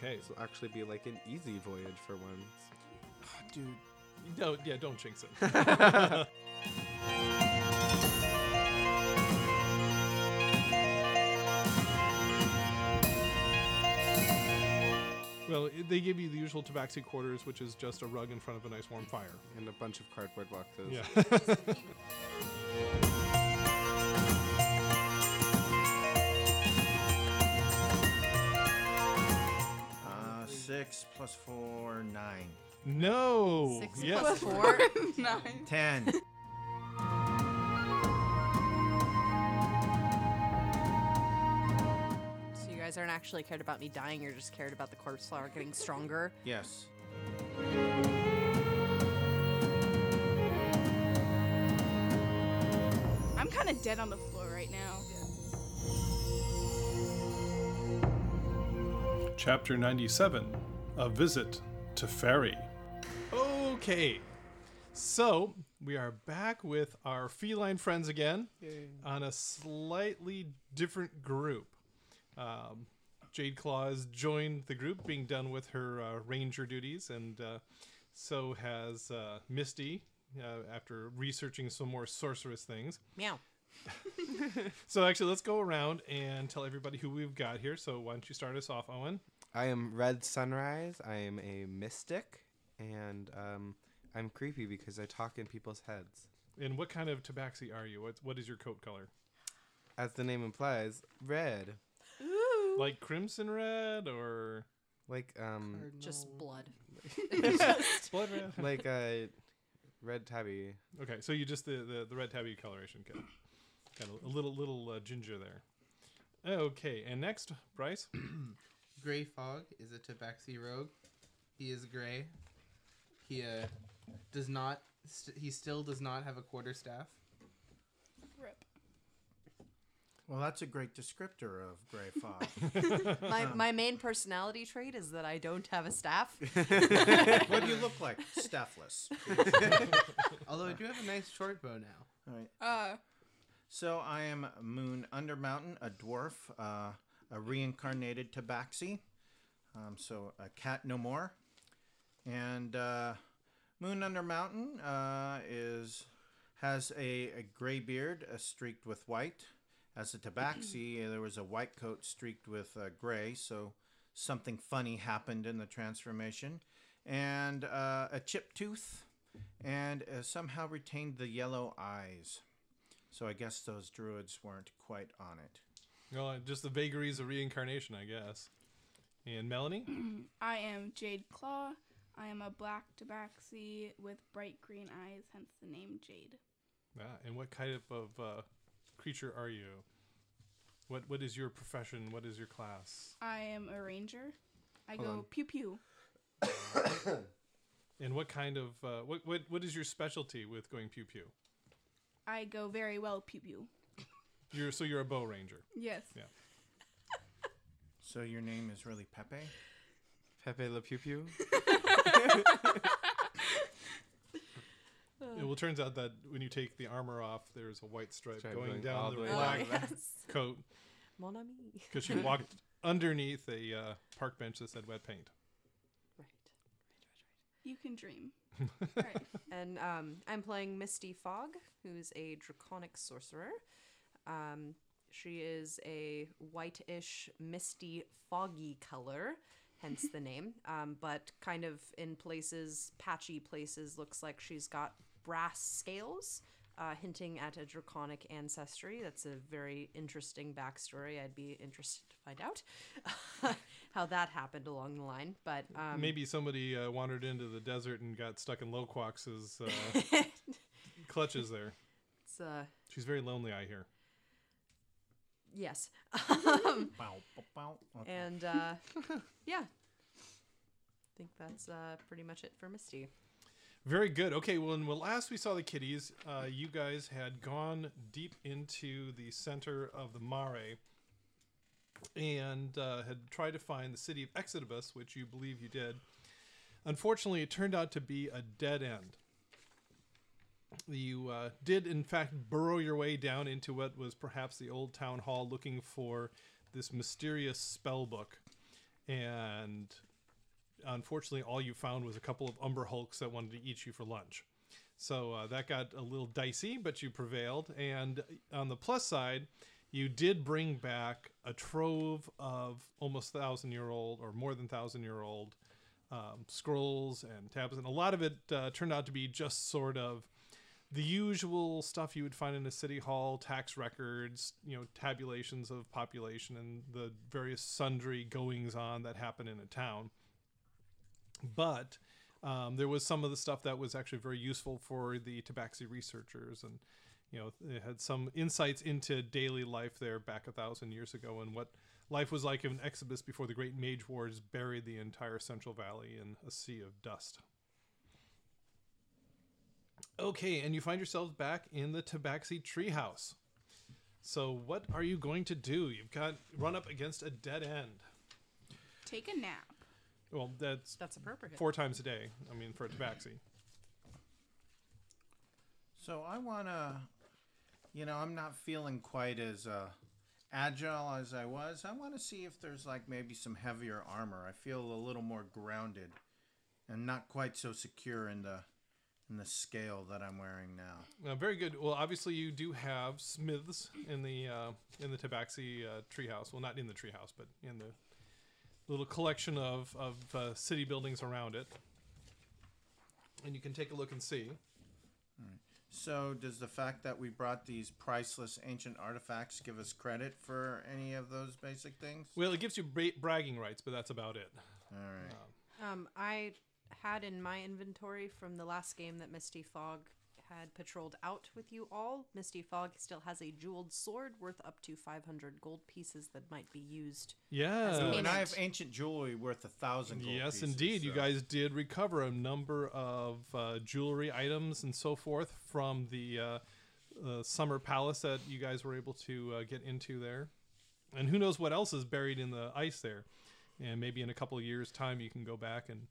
this will actually be like an easy voyage for once. Dude, No, yeah, don't jinx it. well, i- they give you the usual tabaxi quarters, which is just a rug in front of a nice warm fire. And a bunch of cardboard boxes. Yeah. uh, six plus four, nine. no. Six yes. plus four, nine. Ten. So you guys aren't actually cared about me dying. You're just cared about the corpse flower getting stronger. yes. I'm kind of dead on the floor right now. Chapter 97 A Visit to Fairy. Okay. So we are back with our feline friends again on a slightly different group. Um, Jade Claw has joined the group, being done with her uh, ranger duties, and uh, so has uh, Misty uh, after researching some more sorceress things. Meow. So, actually, let's go around and tell everybody who we've got here. So, why don't you start us off, Owen? I am Red Sunrise. I am a mystic. And um, I'm creepy because I talk in people's heads. And what kind of tabaxi are you? What, what is your coat color? As the name implies, red. Like crimson red or Like um Just blood. blood red? like a red tabby. Okay, so you just the the, the red tabby coloration kind of, kind of a little little uh, ginger there. Okay, and next, Bryce. Gray Fog is a tabaxi rogue. He is gray. He uh, does not. St- he still does not have a quarter staff. Rip. Well, that's a great descriptor of Gray Fog. My, my main personality trait is that I don't have a staff. what do you look like? Staffless. Although I do have a nice short bow now. All right. Uh, So I am Moon Undermountain, a dwarf, uh, a reincarnated Tabaxi. Um, so a cat no more. And uh, Moon Undermountain uh, is has a, a gray beard uh, streaked with white. As a Tabaxi, there was a white coat streaked with uh, gray. So something funny happened in the transformation. And uh, a chip tooth, and uh, somehow retained the yellow eyes. So I guess those druids weren't quite on it. Oh, just the vagaries of reincarnation, I guess. And Melanie. I am Jade Claw. I am a black tabaxi with bright green eyes, hence the name Jade. Ah, and what kind of uh, creature are you? What what is your profession? What is your class? I am a ranger. I Hold go on. pew pew. And what kind of uh, what what what is your specialty with going pew pew? I go very well pew pew. You're so you're a bow ranger. Yes. Yeah. So your name is really Pepe? Pepe Le Pew Pew. Well, it turns out that when you take the armor off, there's a white stripe, Stripe going, going down all the the way black down. coat Mon ami. because she walked underneath a uh, park bench that said wet paint. Right. You can dream. And um, I'm playing Misty Fogg, who's a draconic sorcerer. Um, she is a whitish, misty, foggy color, hence the name. Um, but kind of in places, patchy places, looks like she's got brass scales, uh, hinting at a draconic ancestry. That's a very interesting backstory. I'd be interested to find out how that happened along the line. But um, Maybe somebody uh, wandered into the desert and got stuck in Loquax's uh, clutches there. it's uh, She's very lonely, I hear. yes. Bow, bow, bow. Okay. And uh, yeah, I think that's uh, pretty much it for Misty. Very good. Okay, well, when well, last we saw the kitties, uh, you guys had gone deep into the center of the Mare and uh, had tried to find the city of Exodus, which you believe you did. Unfortunately, it turned out to be a dead end. You uh, did, in fact, burrow your way down into what was perhaps the old town hall looking for this mysterious spell book. And unfortunately, all you found was a couple of Umber Hulks that wanted to eat you for lunch. So uh, that got a little dicey, but you prevailed. And on the plus side, you did bring back a trove of almost thousand year old or more than thousand year old um, scrolls and tabs. And a lot of it uh, turned out to be just sort of the usual stuff you would find in a city hall tax records, you know, tabulations of population and the various sundry goings on that happen in a town but um, there was some of the stuff that was actually very useful for the Tabaxi researchers, and you know, it had some insights into daily life there back a thousand years ago, and what life was like in Exodus before the Great Mage Wars buried the entire Central Valley in a sea of dust. Okay, and you find yourselves back in the Tabaxi treehouse. So, what are you going to do? You've got run up against a dead end. Take a nap. Well, that's That's appropriate. four times a day. I mean, for a tabaxi. So I want to, you know, I'm not feeling quite as uh, agile as I was. I want to see if there's like maybe some heavier armor. I feel a little more grounded and not quite so secure in the in the scale that I'm wearing now. Uh, very good. Well, obviously you do have smiths in the uh, in the Tabaxi uh, treehouse. Well, not in the treehouse, but in the little collection of of uh, city buildings around it. And you can take a look and see. So does the fact that we brought these priceless ancient artifacts give us credit for any of those basic things? Well, it gives you bra- bragging rights, but that's about it. All right. Um, I had in my inventory from the last game that Misty Fog had patrolled out with you all. Misty Fog still has a jeweled sword worth up to 500 gold pieces that might be used. Yeah. As and I payment. have ancient jewelry worth a thousand. Gold Yes, pieces, indeed. You so- guys did recover a number of uh, jewelry items and so forth from the uh, uh, summer palace that you guys were able to uh, get into there. And who knows what else is buried in the ice there. And maybe in a couple of years' time, you can go back and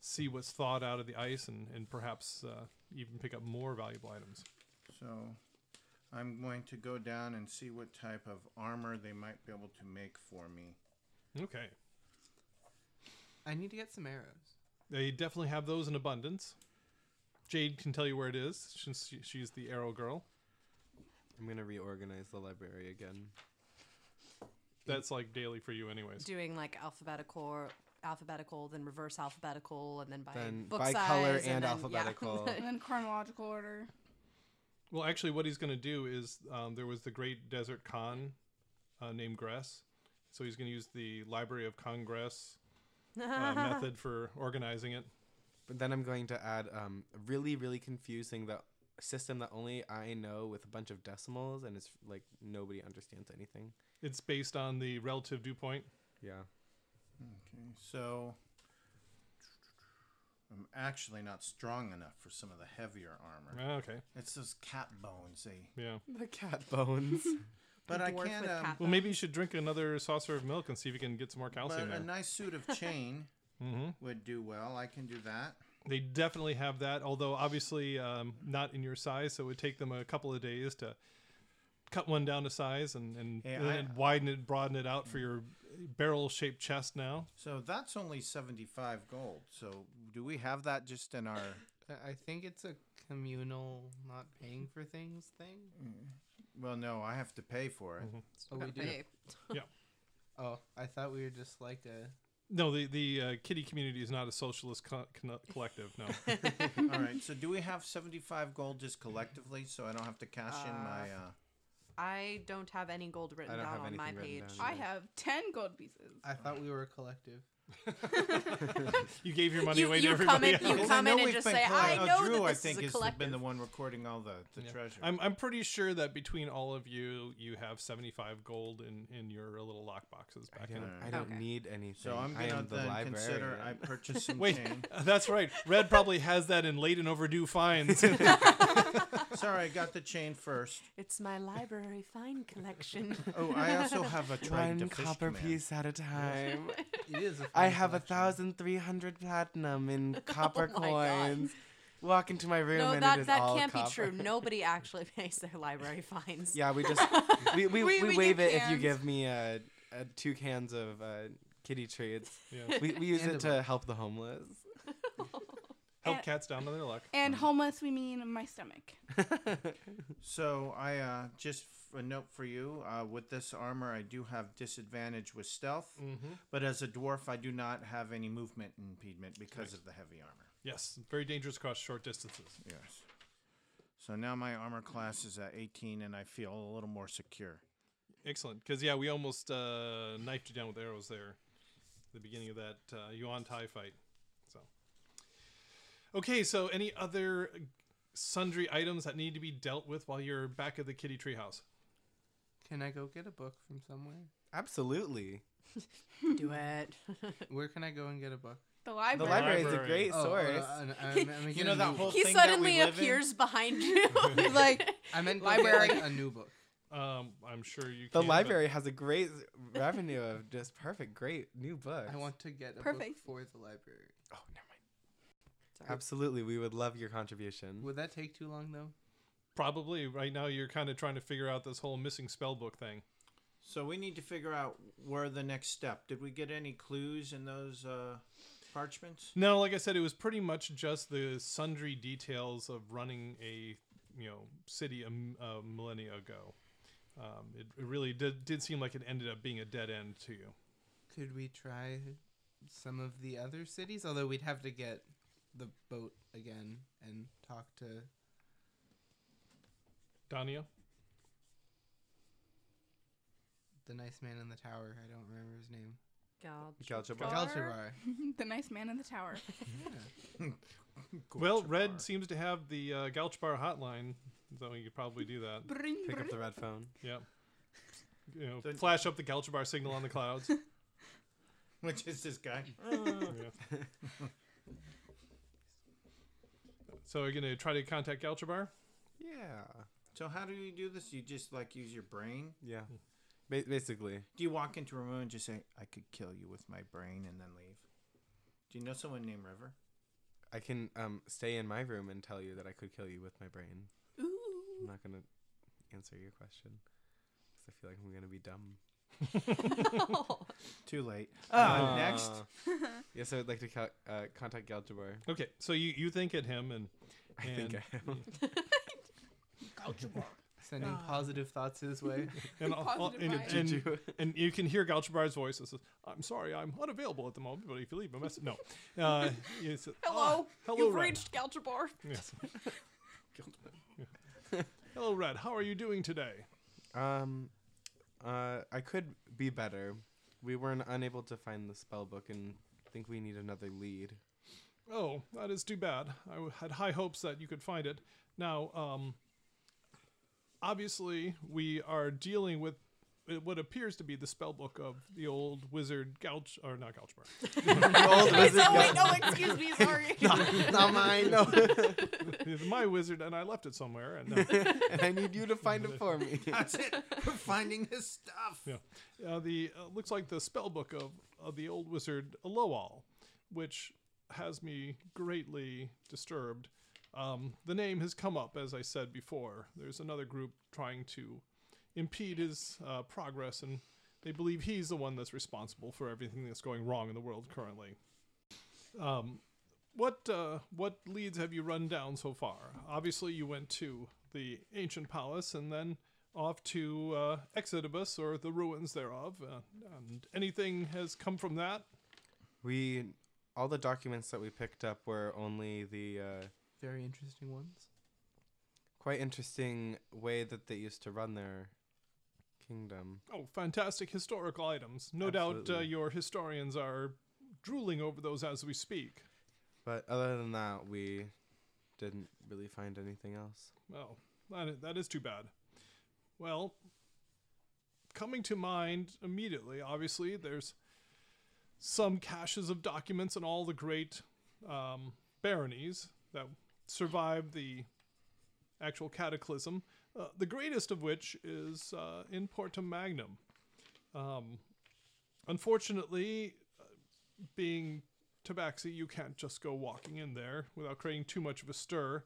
see what's thawed out of the ice and, and perhaps uh, even pick up more valuable items. So I'm going to go down and see what type of armor they might be able to make for me. Okay. I need to get some arrows. They definitely have those in abundance. Jade can tell you where it is since she- she's the arrow girl. I'm gonna reorganize the library again. That's like daily for you, anyways. Doing like alphabetical, alphabetical, then reverse alphabetical, and then by Then book by size, color and, and then- yeah. alphabetical. And then chronological order. Well, actually, what he's going to do is um, there was the great desert Khan uh, named Gress. So he's going to use the Library of Congress uh, method for organizing it. But then I'm going to add um really really confusing the system that only I know with a bunch of decimals and it's like nobody understands anything. It's based on the relative dew point. Yeah. Okay, so I'm actually not strong enough for some of the heavier armor. Ah, okay. It's those cat bones, they. Yeah. The cat bones. But I dwarf can with um, cat- Well, maybe you should drink another saucer of milk and see if you can get some more but calcium a there. nice suit of chain Mhm. would do well. I can do that. They definitely have that, although obviously um, not in your size, so it would take them a couple of days to cut one down to size and, and, Yeah, and I- then widen it, broaden it out for your barrel-shaped chest now. So that's only 75 gold. So do we have that just in our I- I think it's a communal not paying for things thing. Mm. Well, no, I have to pay for it. Oh, we do. Okay. Oh, I thought we were just like a. No, the the uh, kitty community is not a socialist co- conno- collective. No, All right. So do we have 75 gold just collectively so I don't have to cash in my uh I don't have any gold written I don't down have on my anything page. written down. I have 10 gold pieces. I thought we were a collective. you gave your money You- away you to come everybody. in- you else. Because come I know in and we've just been say, collect- "I Oh, know Drew, that I this is think a has been the collective." one recording all the, the Yeah. treasure. I'm I'm pretty sure that between all of you, you have 75 gold in in your little lock boxes I back don't, in. I don't Okay. need anything. so I'm I gonna am the then librarian. consider I purchased some Wait, chain. that's right. Red probably has that in late and overdue fines. Sorry, I got the chain first. It's my library fine collection. Oh, I also have a trident One of fish copper command. piece at a time. It is. A I have a collection. thousand three hundred platinum in copper Oh my God. coins. Walk into my room no, and it that is that all can't be copper. true. Nobody actually pays their library fines. Yeah, we just we we, We- we, we waive give it if you cans. give me uh, uh, two cans of uh, kitty tree. It's Yeah. we, we use And it a to help the homeless. Help Uh, And- cats down on their luck. And homeless, we mean my stomach. So I uh, just f- a note for you. Uh, with this armor, I do have disadvantage with stealth, but as a dwarf, I do not have any movement impediment because of the heavy armor. Yes, very dangerous across short distances. Yes. So now my armor class is at 18, and I feel a little more secure. Excellent, because yeah, we almost uh, knifed you down with arrows there, at the beginning of that uh, Yuan Tai fight. So, okay, so any other sundry items that need to be dealt with while you're back at the kitty tree house? Can I go get a book from somewhere? Absolutely. Do it. Where can I go and get a book? The The library. library is a Library. great Oh, source. uh, and- and- and we You get know a that new- whole He thing that we suddenly live in? appears behind you. like I meant go get, like, Library. a new book. Um, I'm sure you. the can, but- library has a great revenue of just perfect, great new books. I want to get a Perfect. book for the library. Oh, never mind. Absolutely, we would love your contribution. Would that take too long though? Probably right now you're kind of trying to figure out this whole missing spell book thing. So we need to figure out where the next step. Did we get any clues in those uh, parchments? No, like I said, it was pretty much just the sundry details of running a you know city a, m- a millennia ago. Um, it, it really did, did seem like it ended up being a dead end to you. Could we try some of the other cities? Although we'd have to get the boat again and talk to. Dania, The nice man in the tower. I don't remember his name. Galjabar. Gal- Galtivar. the nice man in the tower. well, Red seems to have the uh, Gauchbar hotline, so you could probably do that. Bring, Pick up bring. the red phone. Yep. You know, So- flash up the Galchabar signal on the clouds. Which is this guy? Yeah. So you're gonna try to contact Galchabar? Yeah. So how do you do this? You just like use your brain? Yeah. Ba- basically. Do you walk into a room and just say, "I could kill you with my brain," and then leave? Do you know someone named River? I can um, stay in my room and tell you that I could kill you with my brain. I'm Ooh. not gonna answer your question because I feel like I'm gonna be dumb. Too late. Oh, Uh, Uh, next. yes, I would like to co- uh, contact Galjabar. Okay, so you, you think at him and I think And- I am. Sending positive thoughts his way. and, all- all- Positive and, vibes. and- Juju. and you can hear Galchabar's voice. It says, "I'm sorry, I'm unavailable at the moment, but if you leave a message, no." Uh, he says, Hello. "Ah, hello, You've Red." reached Galjabar. Yes. hello, Red. How are you doing today? Um, uh, I could be better. We weren't unable to find the spell book and think we need another lead. Oh, that is too bad. I w- had high hopes that you could find it. Now, um, obviously, we are dealing with uh, what appears to be the spell book of the old wizard Gouch, or not Gouchbar. Wait, no, wait, no, "Oh, excuse me, sorry. Not mine. No. It's my wizard, and I left it somewhere. And uh, and I need you to find it for me. That's it. We're finding this stuff. yeah. uh, the uh, looks like the spell book of, of the old wizard Aloal, which has me greatly disturbed. Um, the name has come up, as I said before. There's another group trying to impede his uh, progress, and they believe he's the one that's responsible for everything that's going wrong in the world currently. Um, what uh, what leads have you run down so far? Obviously, you went to the ancient palace and then off to uh, Exodibus or the ruins thereof. Uh, and anything has come from that? We, all the documents that we picked up were only the uh, Very interesting ones. quite interesting way that they used to run their kingdom. Oh, fantastic historical items. No doubt uh, Absolutely. your historians are drooling over those as we speak. But other than that, we didn't really find anything else. Well, that, i- that is too bad. Well, coming to mind immediately, obviously, there's some caches of documents in all the great um, baronies that survived the actual cataclysm, uh, the greatest of which is uh, in Portum Magnum. Um, unfortunately, uh, being Tabaxi, you can't just go walking in there without creating too much of a stir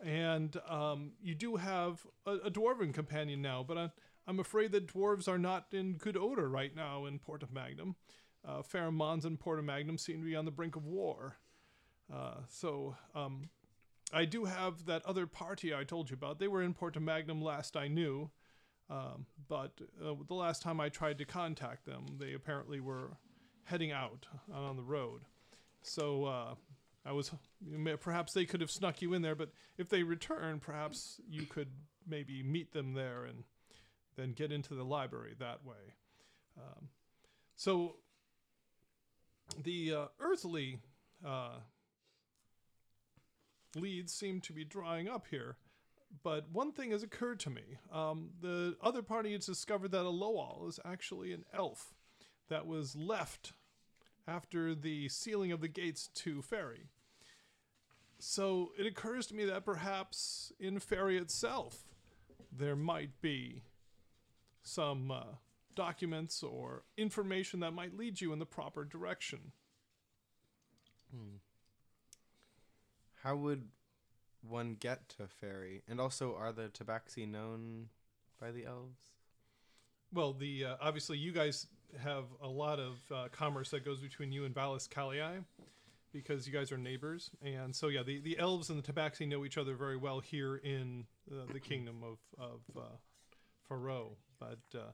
and um, you do have a, a dwarven companion now, but I, I'm afraid that dwarves are not in good odor right now in Port of Magnum. Uh, Pheromons and Porta Magnum seem to be on the brink of war. Uh, so um, I do have that other party I told you about. They were in Porta Magnum last I knew, um, but uh, the last time I tried to contact them, they apparently were heading out on the road. So uh, I was you may- perhaps they could have snuck you in there, but if they return, perhaps you could maybe meet them there and then get into the library that way. Um, so the uh, earthly uh, leads seem to be drying up here. But one thing has occurred to me. Um, the other party has discovered that a Loal is actually an elf that was left after the sealing of the gates to Ferry. So it occurs to me that perhaps in Ferry itself there might be some uh, documents or information that might lead you in the proper direction. How would one get to Fairy? And also, are the Tabaxi known by the elves? Well, the uh, obviously you guys have a lot of uh, commerce that goes between you and Valis Kalii because you guys are neighbors, and so yeah, the, the elves and the Tabaxi know each other very well here in uh, the kingdom of of uh, Pharaoh. But uh,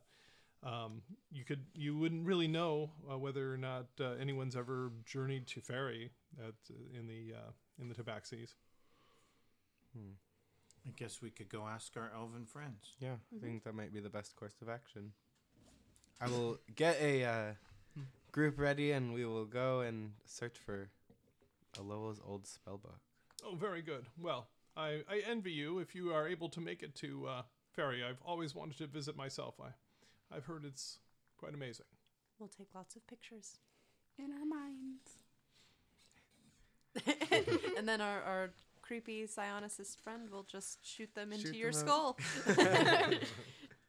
um, you could you wouldn't really know uh, whether or not uh, anyone's ever journeyed to Ferry at, in the uh, in the Tabaxis. Hmm. I guess we could go ask our elven friends. Yeah, I think that might be the best course of action. I will get a uh, group ready, and we will go and search for Aloa's old spellbook. Oh, very good. Well, I, I envy you if you are able to make it to uh, Ferry. I've always wanted to visit myself. I, I've heard it's quite amazing. We'll take lots of pictures. in our minds. and then our, our creepy psionicist friend will just shoot them into Shoot your them skull.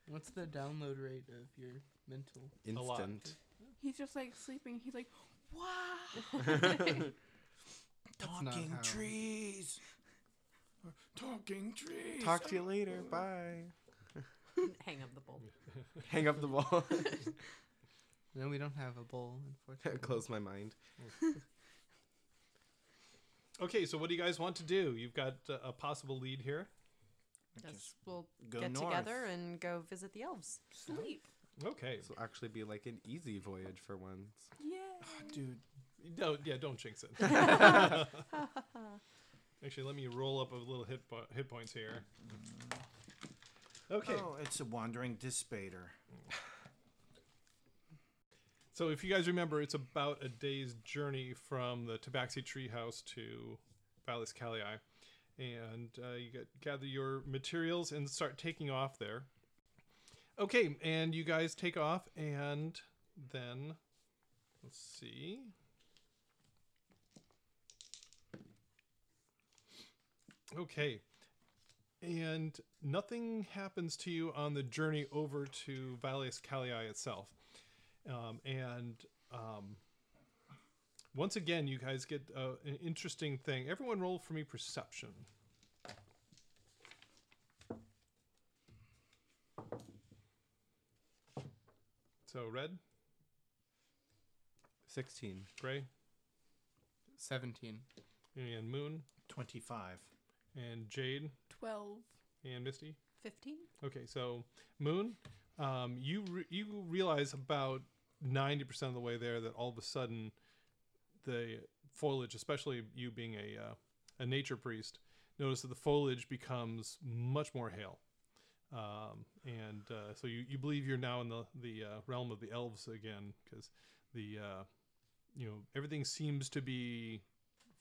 What's the download rate of your mental? lot. Instant. He's just like sleeping. He's like, wow. That's not how- trees. Talking trees. Talk to you later. Bye. Hang up the bowl. Hang up the ball. No, we don't have a bowl, unfortunately. Close my mind. Okay, so what do you guys want to do? You've got uh, a possible lead here. Yes, we'll go get north. together and go visit the elves. Sleep. Okay. This will actually be like an easy voyage for once. Yeah. Ah, Dude, No, yeah, don't jinx it. Actually, let me roll up a little hit, po- hit points here. Okay. oh, it's a wandering dissipator. So if you guys remember, it's about a day's journey from the Tabaxi Treehouse to Valis Calii, and uh, you get, gather your materials and start taking off there. Okay, and you guys take off, and then let's see. Okay, and nothing happens to you on the journey over to Valis Calii itself um, and um, once again you guys get uh, an interesting thing everyone roll for me perception so red 16. gray 17. and moon 25. and jade 12. and misty 15? Okay, so Moon, um, you re- you realize about ninety percent of the way there that all of a sudden the foliage, especially you being a uh, a nature priest, notice that the foliage becomes much more hale, um, and uh, so you, you believe you're now in the the uh, realm of the elves again because the uh, you know everything seems to be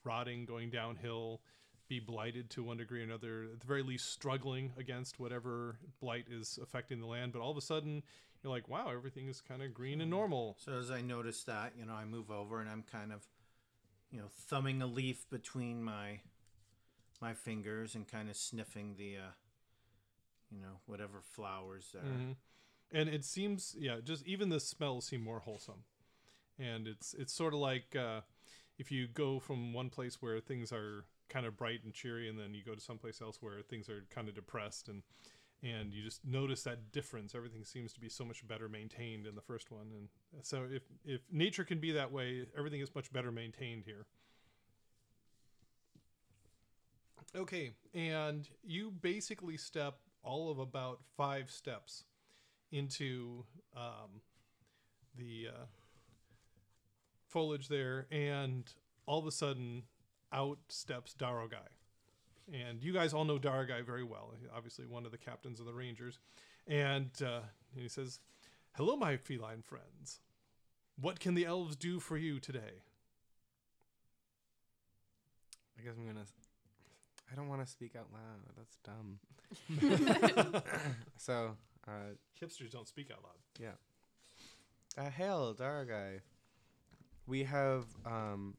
rotting, going downhill be blighted to one degree or another, at the very least struggling against whatever blight is affecting the land. But all of a sudden, you're like, wow, everything is kind of green and normal. So as I notice that, you know, I move over and I'm kind of, you know, thumbing a leaf between my my fingers and kind of sniffing the, uh, you know, whatever flowers there. Mhm. And it seems, yeah, just even the smells seem more wholesome. And it's it's sort of like uh, if you go from one place where things are kind of bright and cheery, and then you go to someplace else where things are kind of depressed, and and you just notice that difference. Everything seems to be so much better maintained in the first one, and so if if nature can be that way, everything is much better maintained here. Okay, and you basically step all of about five steps into um, the uh, foliage there, and all of a sudden, out steps Darogai. And you guys all know Darogai very well, obviously one of the captains of the Rangers. And uh, he says, Hello, my feline friends. What can the elves do for you today? I guess I'm gonna. s- I don't want to speak out loud. That's dumb. so, uh, Hipsters don't speak out loud. Yeah. Uh, hail, Daragai. We have um,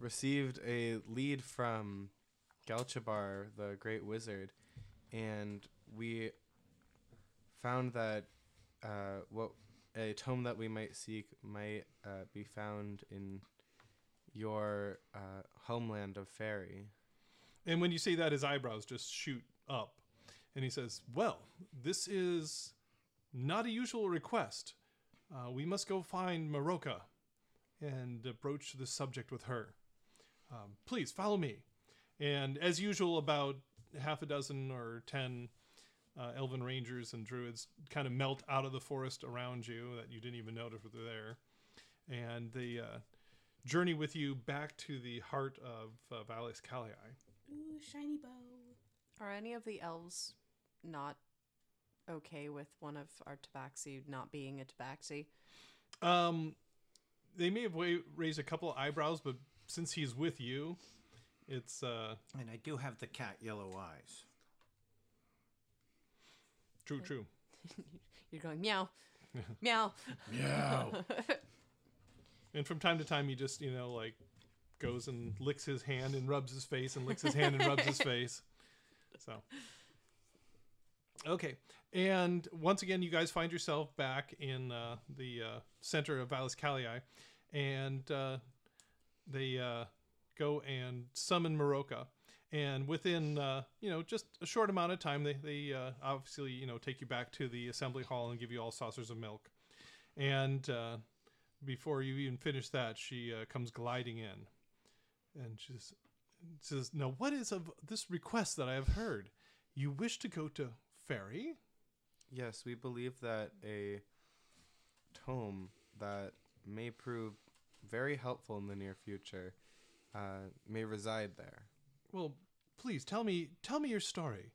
received a lead from Galchabar, the great wizard, and we found that uh, what a tome that we might seek might uh, be found in your uh, homeland of Fairy. And when you say that, his eyebrows just shoot up. And he says, Well, this is not a usual request. Uh, we must go find Maroka and broach the subject with her. Um, please follow me. And as usual, about half a dozen or ten uh, elven rangers and druids kind of melt out of the forest around you that you didn't even notice were there. And they uh, journey with you back to the heart of uh, Valles Calii. Ooh, shiny bow. Are any of the elves not okay with one of our tabaxi not being a tabaxi? Um, they may have wa- raised a couple of eyebrows, but since he's with you, it's uh And I do have the cat yellow eyes. true, true. You're going meow, meow. And from time to time, he just you know like goes and licks his hand and rubs his face and licks his hand and rubs his face. So okay, and once again, you guys find yourself back in uh, the uh, center of Valles Calii, and uh, they uh, go and summon Maroka. And within, uh, you know, just a short amount of time, they, they uh, obviously, you know, take you back to the assembly hall and give you all saucers of milk. And uh, before you even finish that, she uh, comes gliding in. And she s- says, Now, what is of this request that I have heard? You wish to go to Fairy? Yes, we believe that a tome that may prove very helpful in the near future uh, may reside there. Well, please tell me tell me your story.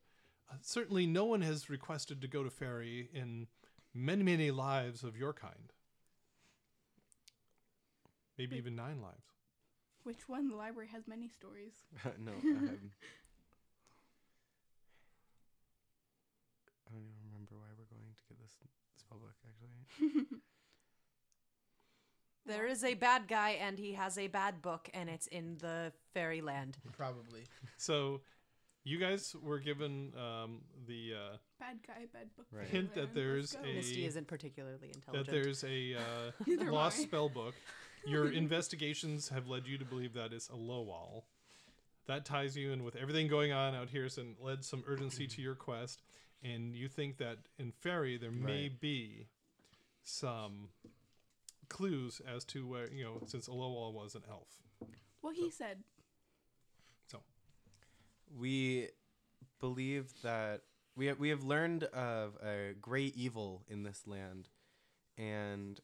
Uh, certainly, no one has requested to go to Fairy in many many lives of your kind. Maybe even nine lives. Which one? The library has many stories. no, um, I don't even remember why we're going to get this spell book. Actually, There is a bad guy and he has a bad book and it's in the fairyland. Probably. So, you guys were given um, the uh, Bad guy, bad book. Right. Hint that Let's there's go. a- Misty isn't particularly that intelligent. there's a uh, Neither am lost I. spell book. Your investigations have led you to believe that it's a Lowall. That ties you in with everything going on out here, and led some urgency to your quest. And you think that in Ferry there may Right. be some clues as to where you know, since a Lowall was an elf. Well, he said So we believe that we have, we have learned of a great evil in this land, and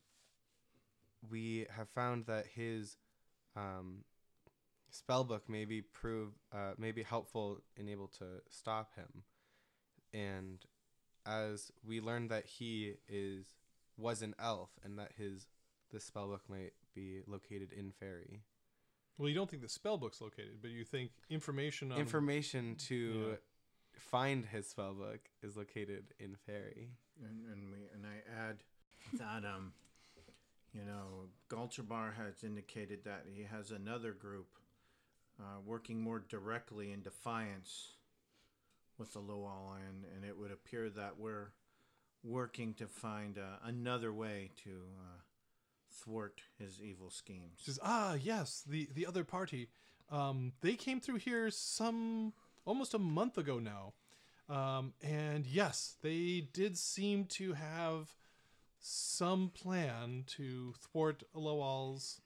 we have found that his um, spell book may be prove uh, may be helpful in able to stop him, and as we learned that he is was an elf and that his this spell book might be located in fairy. well, you don't think the spell book's located, but you think information on information to find his spellbook is located in fairy. And, and we and I add that um, you know, Galchabar has indicated that he has another group uh, working more directly in defiance with the Lowall, and, and it would appear that we're working to find uh, another way to uh, thwart his evil schemes. She says, "Ah, yes, the the other party. Um, they came through here some almost a month ago now. Um, and yes, they did seem to have some plan to thwart Loal's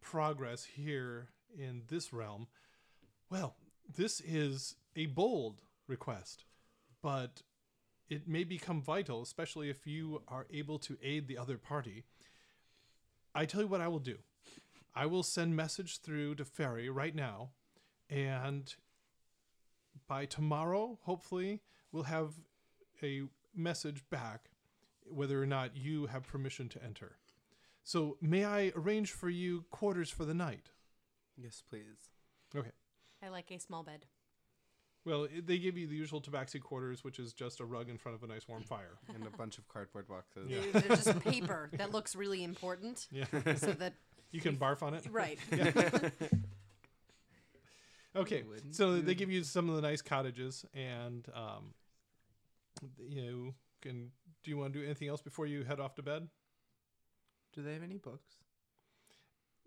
progress here in this realm. Well, this is a bold request, but it may become vital, especially if you are able to aid the other party. I tell you what I will do. I will send message through to Ferry right now, and by tomorrow, hopefully, we'll have a message back whether or not you have permission to enter. So, may I arrange for you quarters for the night? Yes, please. Okay. I like a small bed. Well, it- they give you the usual tabaxi quarters, which is just a rug in front of a nice warm fire. And a bunch of cardboard boxes. Yeah. There's there's just paper that looks really important. Yeah. So that You can barf on it. right. Okay, You wouldn't, so you they give you some of the nice cottages, and um, you can. Do you want to do anything else before you head off to bed? Do they have any books?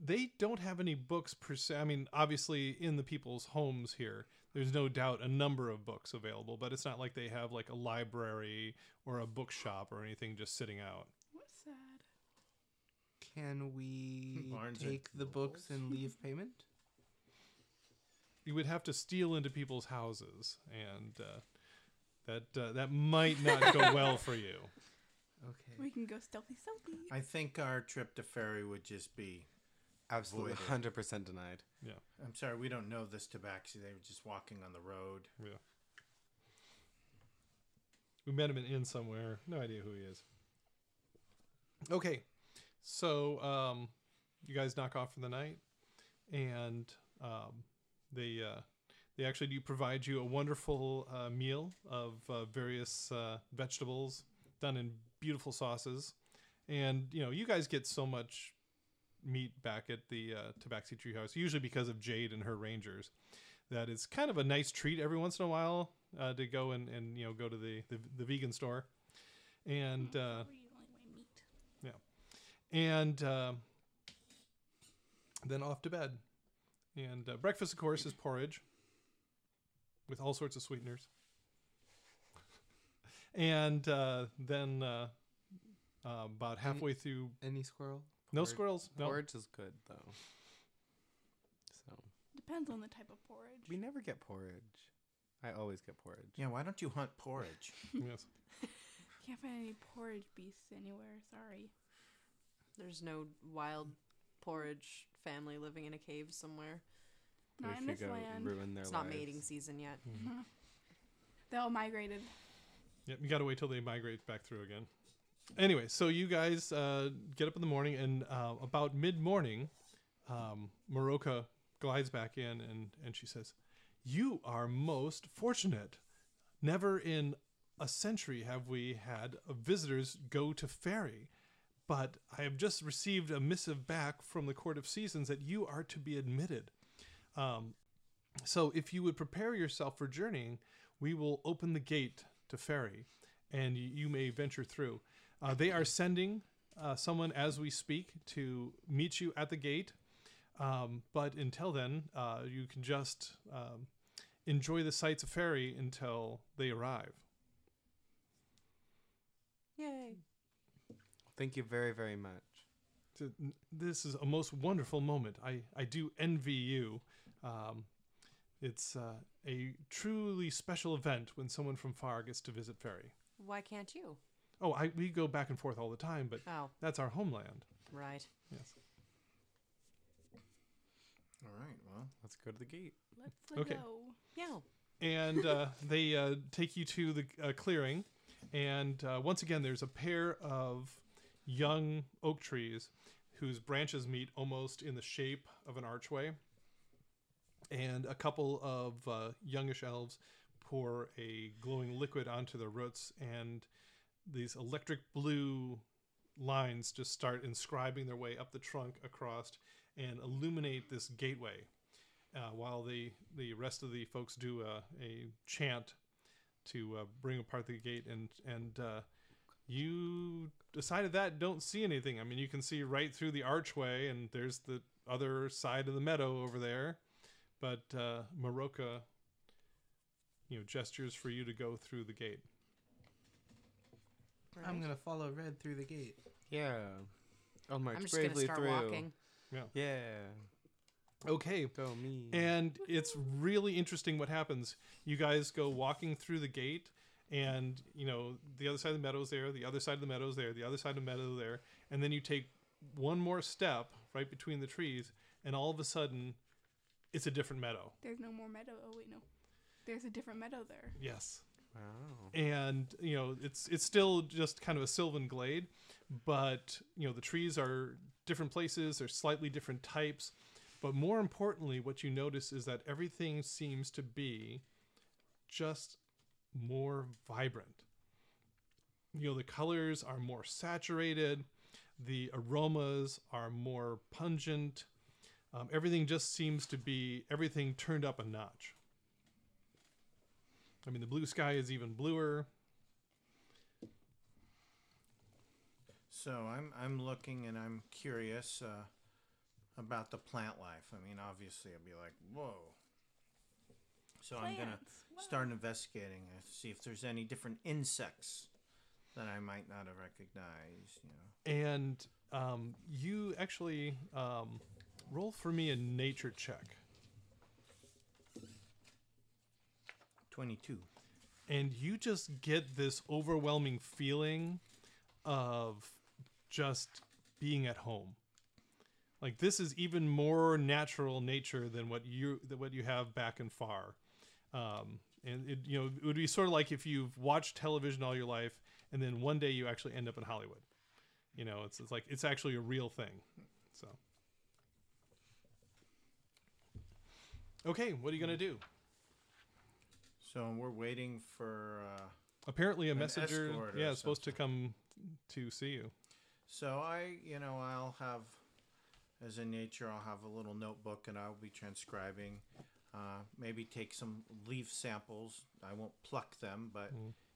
They don't have any books per se. I mean, obviously, in the people's homes here, there's no doubt a number of books available, but it's not like they have like a library or a bookshop or anything just sitting out. What's sad? Can we Barnes and take the books and leave payment? You would have to steal into people's houses, and uh, that uh, that might not go well for you. Okay. We can go stealthy, stealthy. I think our trip to Ferry would just be. Absolutely. Voided. 100% denied. I'm sorry, we don't know this Tabaxi. They were just walking on the road. We met him in an inn somewhere. No idea who he is. Okay, so um, you guys knock off for the night, and um, they uh, they actually do provide you a wonderful uh, meal of uh, various uh, vegetables done in beautiful sauces, and you know you guys get so much meat back at the uh, Tabaxi Treehouse, usually because of Jade and her rangers that it's kind of a nice treat every once in a while uh, to go and, and you know go to the, the, the vegan store and uh, Where you only weigh meat. and uh, then off to bed and uh, breakfast of course is porridge with all sorts of sweeteners and uh, then uh, uh, about halfway through Any squirrel? no porridge- squirrels no Porridge is good, though. So, Depends on the type of porridge. we never get porridge. I always get porridge. Yeah, why don't you hunt porridge? yes. Can't find any porridge beasts anywhere. Sorry. There's no wild porridge family living in a cave somewhere. Not in this land. ruin their It's not lives. mating season yet. Hmm. They all migrated. Yep, you gotta wait till they migrate back through again. Anyway, so you guys uh, get up in the morning, and uh, about mid morning, um, Maroka glides back in and, and she says, You are most fortunate. Never in a century have we had visitors go to Ferry, but I have just received a missive back from the Court of Seasons that you are to be admitted. Um, so if you would prepare yourself for journeying, we will open the gate to ferry, and y- you may venture through. Uh, they are sending uh, someone as we speak to meet you at the gate. Um, but until then, uh, you can just um, enjoy the sights of ferry until they arrive. Yay. Thank you very, very much. So, n- This is a most wonderful moment. I, I do envy you. Um, it's uh, a truly special event when someone from far gets to visit ferry. Why can't you? Oh, I, we go back and forth all the time, but Oh, that's our homeland. right. Yes. All right, well. Let's go to the gate. Let's Okay. go. Yeah. And uh, they uh, take you to the uh, clearing, and uh, once again, there's a pair of young oak trees whose branches meet almost in the shape of an archway. And a couple of uh, youngish elves pour a glowing liquid onto their roots, and these electric blue lines just start inscribing their way up the trunk across and illuminate this gateway uh, while the the rest of the folks do a, a chant to uh, bring apart the gate and and uh, you decided that don't see anything. I mean, you can see right through the archway, and there's the other side of the meadow over there, but uh, Maroka you know, gestures for you to go through the gate. I'm gonna follow Red through the gate. Yeah. I'll march I'm just gonna bravely start through. walking. Yeah. Okay. Go me. And it's really interesting what happens. You guys go walking through the gate, and you know the other side of the meadow's there, the other side of the meadow's there, the other side of the meadow there, and then you take one more step right between the trees, and all of a sudden, it's a different meadow. There's no more meadow. Oh wait, no. There's a different meadow there. Yes. wow. and you know it's it's still just kind of a sylvan glade but you know the trees are different places they're slightly different types but more importantly what you notice is that everything seems to be just more vibrant you know the colors are more saturated the aromas are more pungent um, everything just seems to be everything turned up a notch I mean, the blue sky is even bluer. So I'm I'm looking and I'm curious uh, about the plant life. I mean, obviously, I'd be like, whoa. So I'm gonna Plants, wow. start investigating and see if there's any different insects that I might not have recognized. You know, And um, you actually um, roll for me a nature check. twenty-two. And you just get this overwhelming feeling of just being at home. Like this is even more natural nature than what you than what you have back and far. Um, and it, you know it would be sort of like if you've watched television all your life and then one day you actually end up in Hollywood. You know, it's, it's like it's actually a real thing. So Okay, what are you going to do? So we're waiting for. Uh, Apparently a An messenger escort or yeah, is supposed to come to see you. so I, you know, I'll have, as in nature, I'll have a little notebook and I'll be transcribing. Uh, maybe take some leaf samples. I won't pluck them, but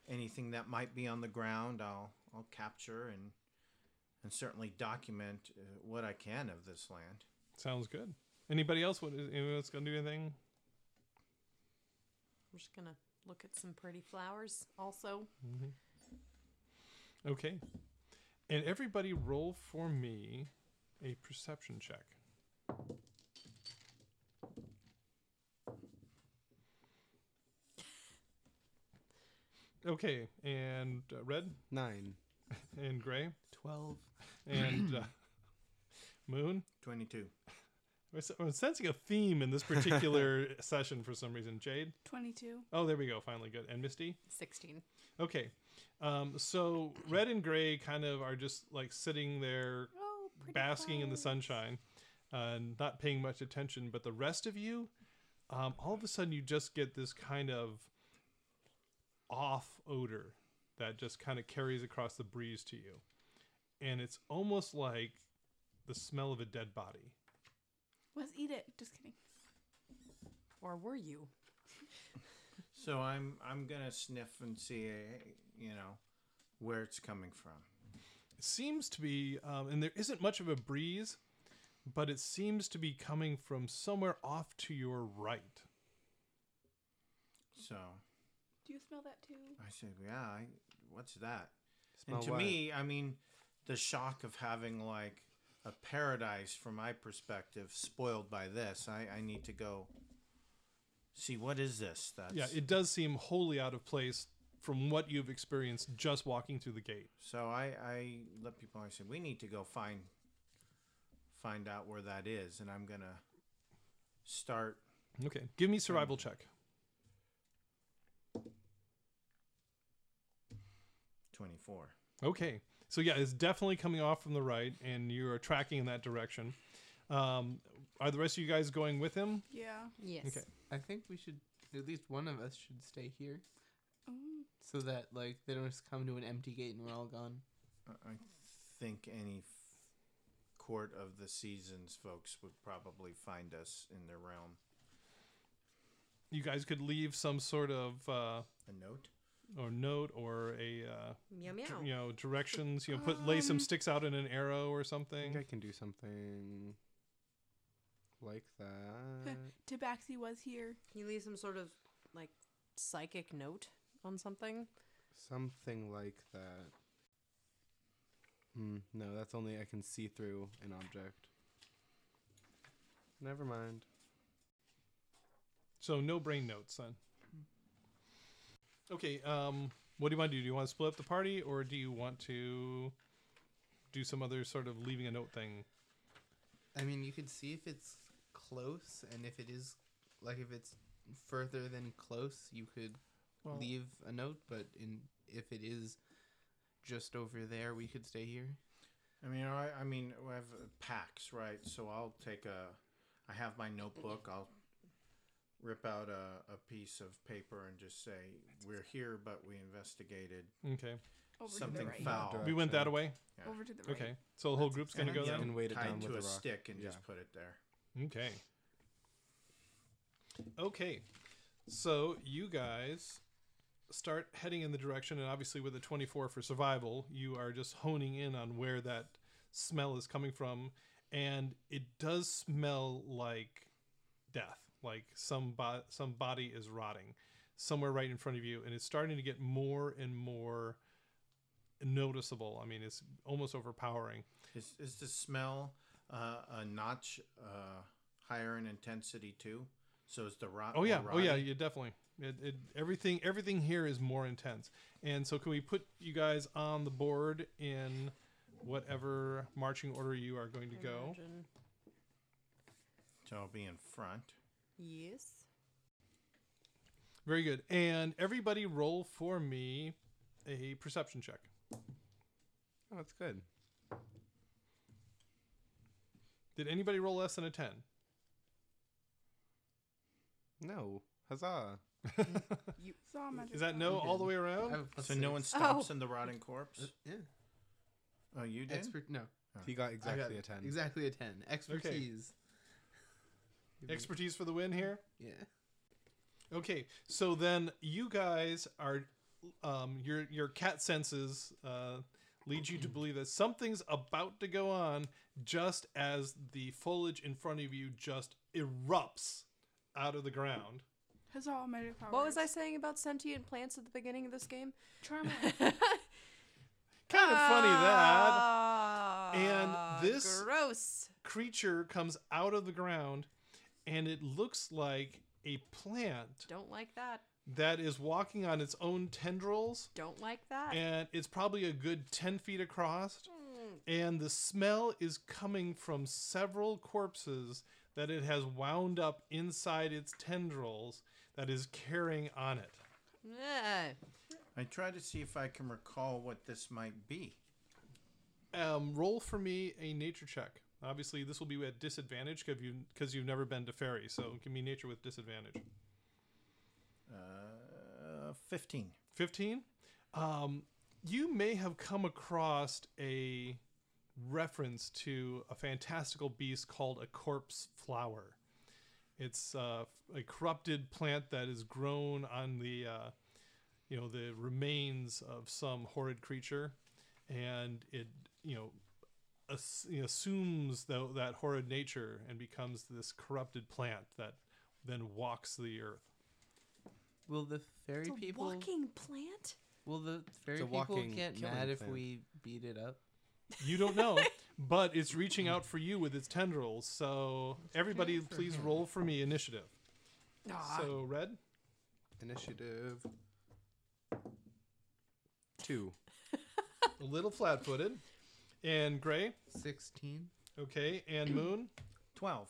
anything that might be on the ground, I'll I'll capture and and certainly document uh, what I can of this land. Sounds good. Anybody else want anyone else going to do anything? I'm just gonna look at some pretty flowers. Also, Mm-hmm. Okay. And everybody roll for me a perception check. Okay, and uh, red Nine. and gray Twelve. and uh, moon. Twenty-two. We're s- I'm sensing a theme in this particular session for some reason. Jade. Twenty-two. Oh, there we go. Finally, good. And Misty. 16. Okay. Um, so red and gray kind of are just like sitting there Oh, pretty basking in the flowers. sunshine uh, and not paying much attention. But the rest of you, um, all of a sudden, you just get this kind of off odor that just kind of carries across the breeze to you. And it's almost like the smell of a dead body. Let's eat it. Just kidding. Or were you? So I'm I'm gonna sniff and see, eh, you know, where it's coming from. It seems to be, um, and there isn't much of a breeze, but it seems to be coming from somewhere off to your right. So Do you smell that too? I said, yeah, I, what's that? Smell and to what? me, I mean, the shock of having like a paradise from my perspective spoiled by this. I, I need to go see what is this. That's Yeah, it does seem wholly out of place from what you've experienced just walking through the gate. so I, I let people. know, I said we need to go find find out where that is, and I'm gonna start. Okay, give me survival check. 24. Okay, so yeah, it's definitely coming off from the right, and you are tracking in that direction. Um, are the rest of you guys going with him? Yeah. Yes. Okay. I think we should, at least one of us should stay here, Oh, so that like they don't just come to an empty gate and we're all gone. I- I think any f- court of the seasons folks would probably find us in their realm. You guys could leave some sort of uh, A note. or note or a uh, Meow d- meow. you know directions. You know, put lay some Um, sticks out in an arrow or I think I something. can do something like that. Tabaxi was here. Can you leave some sort of like psychic note on something? Something like that. Hmm, no, that's only I can see through an object. Never mind. So no brain notes then. Okay, um what do you want to do? Do you want to split up the party or do you want to do some other sort of leaving a note thing? I mean, you could see if it's close, and if it is, like, if it's further than close, you could Well- leave a note. But in if it is just over there, we could stay here. I mean, I, I mean, I have uh, packs, right? So I'll take a. I have my notebook. I'll rip out a, a piece of paper and just say, "We're here, but we investigated Okay. Over to something the right. foul." Direct. We went that away. Yeah. Over to the right. Okay. So the whole group's going to And, go you know, then. And weight it tied down to with a, a rock. stick and Yeah. just put it there. Okay. Okay. So you guys start heading in the direction, and obviously, with a 24 for survival, you are just honing in on where that smell is coming from. And it does smell like death, like some, bo- some body is rotting somewhere right in front of you. And it's starting to get more and more noticeable. I mean, it's almost overpowering. Is is the smell uh, a notch uh, higher in intensity too? So is the rot? Oh yeah, more oh yeah, rotty? yeah, definitely. It, it, everything everything here is more intense. And so, can we put you guys on the board in whatever marching order you are going to go? Imagine. So I'll be in front. Yes. Very good. And everybody, roll for me a perception check. Oh, that's good. Did anybody roll less than a ten? No. Huzzah. Saw magic Is that no all the way I have around? a plus So no one six. stomps in the rotting corpse. Yeah. Oh, you did. Expert. No. He got I exactly got a 10. Exactly a ten. Expertise. Expertise for the win here. Yeah. Okay, so then you guys are, um, your your cat senses uh, lead you to believe that something's about to go on, just as the foliage in front of you just erupts out of the ground. Huzzah, magic powers. What was I saying about sentient plants at the beginning of this game? Charm. Kind of funny that Ah, this- gross. creature comes out of the ground, and it looks like a plant Don't like that. that is walking on its own tendrils Don't like that. Hmm. and it's probably a good 10 feet across and the smell is coming from several corpses that it has wound up inside its tendrils that is carrying on it Ugh. I try to see if I can recall what this might be. um, roll for me a nature check obviously this will be at disadvantage because you, 'cause you've never been to fairy so give me nature with disadvantage Uh, Fifteen. 15 um, you may have come across a reference to a fantastical beast called a corpse flower it's uh, a corrupted plant that is grown on the uh, you know the remains of some horrid creature and it you know ass- assumes tho- that horrid nature and becomes this corrupted plant that then walks the earth Will the fairy It's a people? walking plant? Will the fairy a people walking get killing mad if plant. we beat it up? You don't know, but it's reaching out for you with its tendrils. So everybody, for please him. roll for me initiative. So red, Initiative. Two. a little flat-footed, and gray, Sixteen. okay, and moon, Twelve.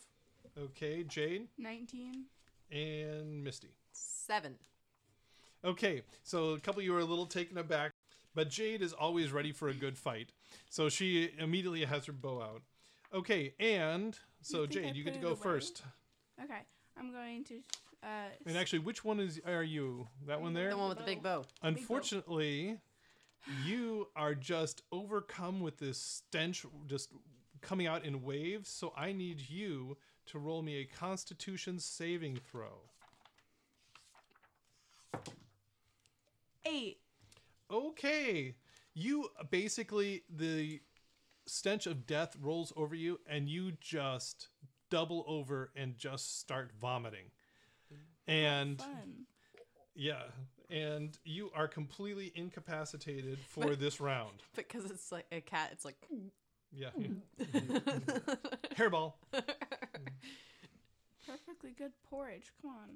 okay, Jade, 19. and Misty. Seven. Okay, so a couple of you are a little taken aback, but Jade is always ready for a good fight, so she immediately has her bow out. Okay, and so You think I Jade, you get put to it go away? first. Okay. I'm going to. Uh, And actually, which one is are you? That one there? The one with the big bow. Unfortunately, you are just overcome with this stench just coming out in waves, so I need you to roll me a constitution saving throw. eight. Okay. You basically the stench of death rolls over you and you just double over and just start vomiting. And Fun. Yeah, and you are completely incapacitated for this round. because it's like a cat. It's like Yeah, yeah. hairball. Perfectly good porridge. Come on.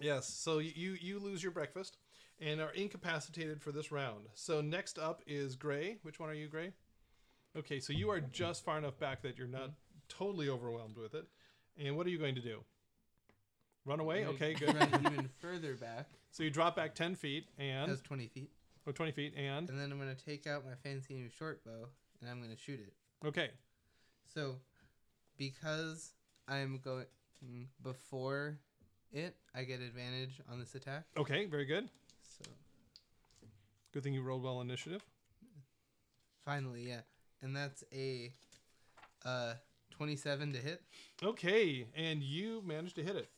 Yes, so y- you you lose your breakfast and are incapacitated for this round. So next up is Gray. Which one are you, Gray? Okay, so you are just far enough back that you're not totally overwhelmed with it. And what are you going to do? Run away? Okay, good. Run even further back. So you drop back 10 feet and That's 20 feet. or 20 feet and And then I'm going to take out my fancy new short bow and I'm going to shoot it. okay. So, because I'm going before it, I get advantage on this attack. Okay, very good. So, Good thing you rolled well initiative. finally, yeah. And that's a uh 27 to hit. Okay, and you managed to hit it.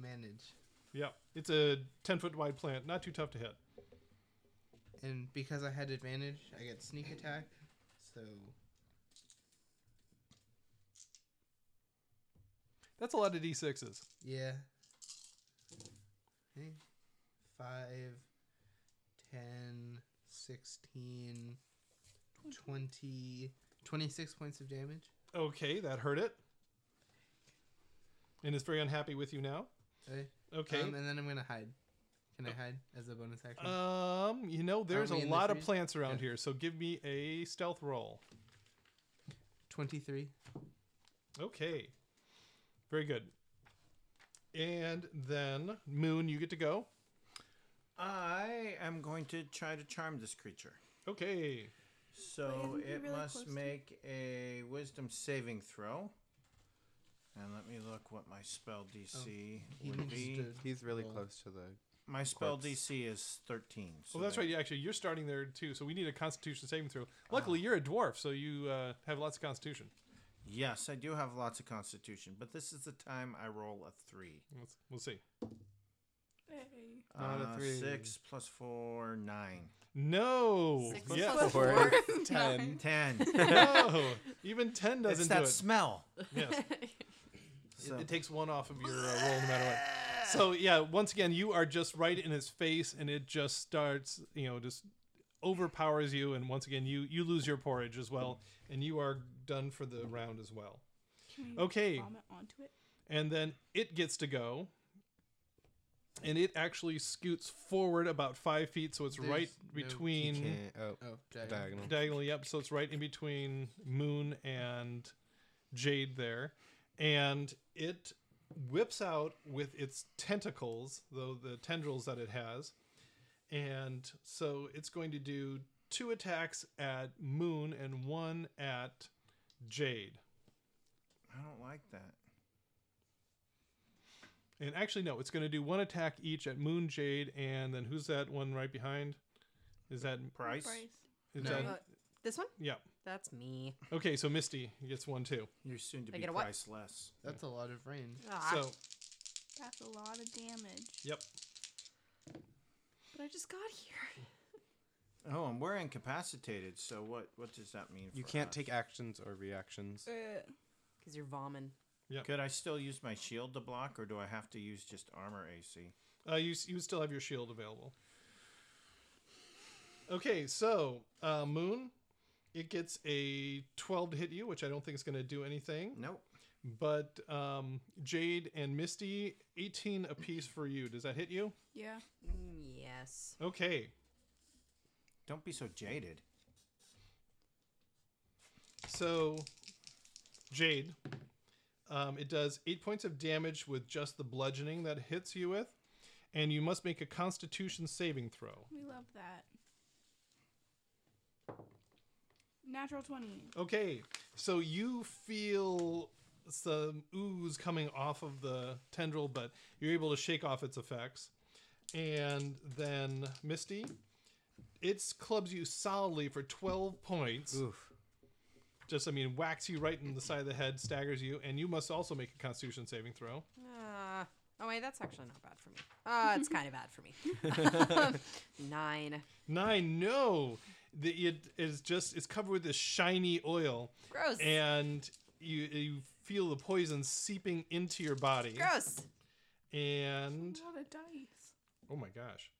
Manage. Yeah, it's a 10 foot wide plant, not too tough to hit. And because I had advantage, I get sneak attack. So, That's a lot of d6s. yeah. Okay. 5 10 16 20 26 points of damage. Okay, that hurt it. And is very unhappy with you now. Okay. Okay. Oh. Um, and then I'm going to hide. Can I hide as a bonus action? Um, you know, there's a we in the lot of freeze? plants around Yeah. here, so give me a stealth roll. 23. Okay. Very good. And then, Moon, you get to go. I am going to try to charm this creature. Okay. So isn't he it really close must to me? make a wisdom saving throw. And let me look what my spell DC He would needs be. to- He's really Roll. close to the. My spell corpse. DC is 13. So Well, that's that- right. Yeah, actually, you're starting there too, so we need a Constitution saving throw. Ah. Luckily, you're a dwarf, so you uh, have lots of Constitution. Yes, I do have lots of constitution, but this is the time I roll a 3. Let's, we'll see. Hey. Not a Uh, three. 6 plus 4, 9. No. six Yeah. plus Four. four. Ten. 10. no. Even ten doesn't it's do that it. smell. Yes. So- It, it takes one off of your uh, roll no matter what. So yeah, once again, you are just right in his face, and it just starts, you know, just overpowers you. And once again, you you lose your porridge as well, and you are done for the round as well. Can we Okay, Vomit onto it. and then it gets to go, and it actually scoots forward about five feet, so it's right There's no- he He between can't. Oh, Oh, diagonal. diagonal. diagonally up, so it's right in between Moon and Jade there, and it whips out with its tentacles, though the tendrils that it has, and so it's going to do two attacks at Moon and one at Jade. I don't like that. And actually, no, it's going to do one attack each at Moon, Jade, and then who's that one right behind? Is that Price? is No. that Uh, this one? yeah? That's me. Okay, so Misty gets one too. You're soon to I be get a what? priceless. That's a lot of range. Ah, So That's a lot of damage. yep. but I just got here. Oh, and we're incapacitated. So what? What does that mean? You for can't us? take actions or reactions. Uh, Because you're vomin. Could I still use my shield to block, or do I have to use just armor AC? Uh, you s- you still have your shield available. Okay, so uh, Moon, it gets a twelve to hit you, which I don't think is going to do anything. Nope. But um, Jade and Misty, eighteen apiece for you. Does that hit you? yeah. Mm, Yes. Okay. Don't be so jaded. So, Jade, um, it does eight points of damage with just the bludgeoning that it hits you with, and you must make a Constitution saving throw. We love that. Natural 20. Okay, so you feel some ooze coming off of the tendril, but you're able to shake off its effects. And then Misty, it clubs you solidly for 12 points. Oof. Just, I mean, whacks you right in the side of the head, staggers you, and you must also make a constitution saving throw. Uh, oh, wait, that's actually not bad for me. Uh, it's kind of bad for me. Nine. Nine, no! The, it is just, it's covered with this shiny oil, Gross. and you, you feel the poison seeping into your body. Gross. And A lot of dice. Oh my gosh.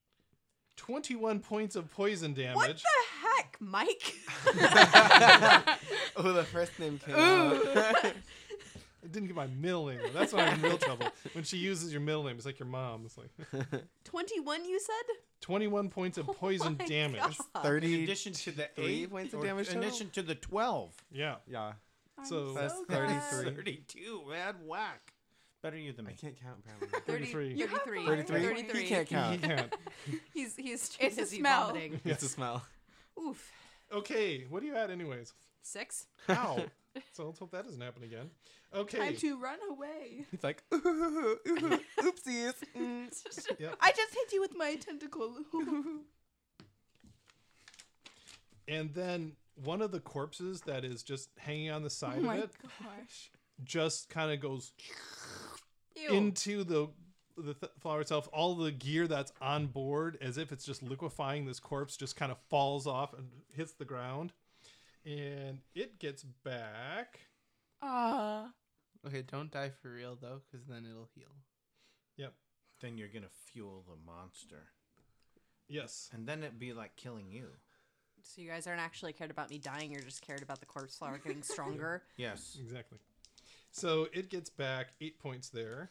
21 points of poison damage. What the heck, Mike? Oh, the first name came out. I didn't get my middle name. though. That's when I'm in real trouble. When she uses your middle name, it's like your mom. It's like 21, you said? 21 points of Oh poison my damage. God. In 30. addition to the three eight points of or damage In total? addition to the twelve. Yeah. Yeah. I'm So- That's so glad. Uh, 33. Thirty-two, man, whack. Better you than I me. can't count, apparently. 33. You have 33. five. 33? He can't He count. can't. He's, he's too It's a busy smell. vomiting. It's a smell. Oof. Okay, what do you at anyways? Six? How? so let's hope that doesn't happen again. Okay. Time to run away. He's like, ooh, ooh, oopsies. Mm. I just hit you with my tentacle. And then one of the corpses that is just hanging on the oh side my of it gosh. just kind of goes Ew. into the the th- flower itself. All the gear that's on board, as if it's just liquefying this corpse, just kind of falls off and hits the ground. And it gets back. Ah. Okay, don't die for real though, because then it'll heal. Then you're gonna fuel the monster, Yes. and then it'd be like killing you. So you guys aren't actually cared about me dying. You're just cared about the corpse flower getting stronger. Yes. Exactly. So it gets back eight points there.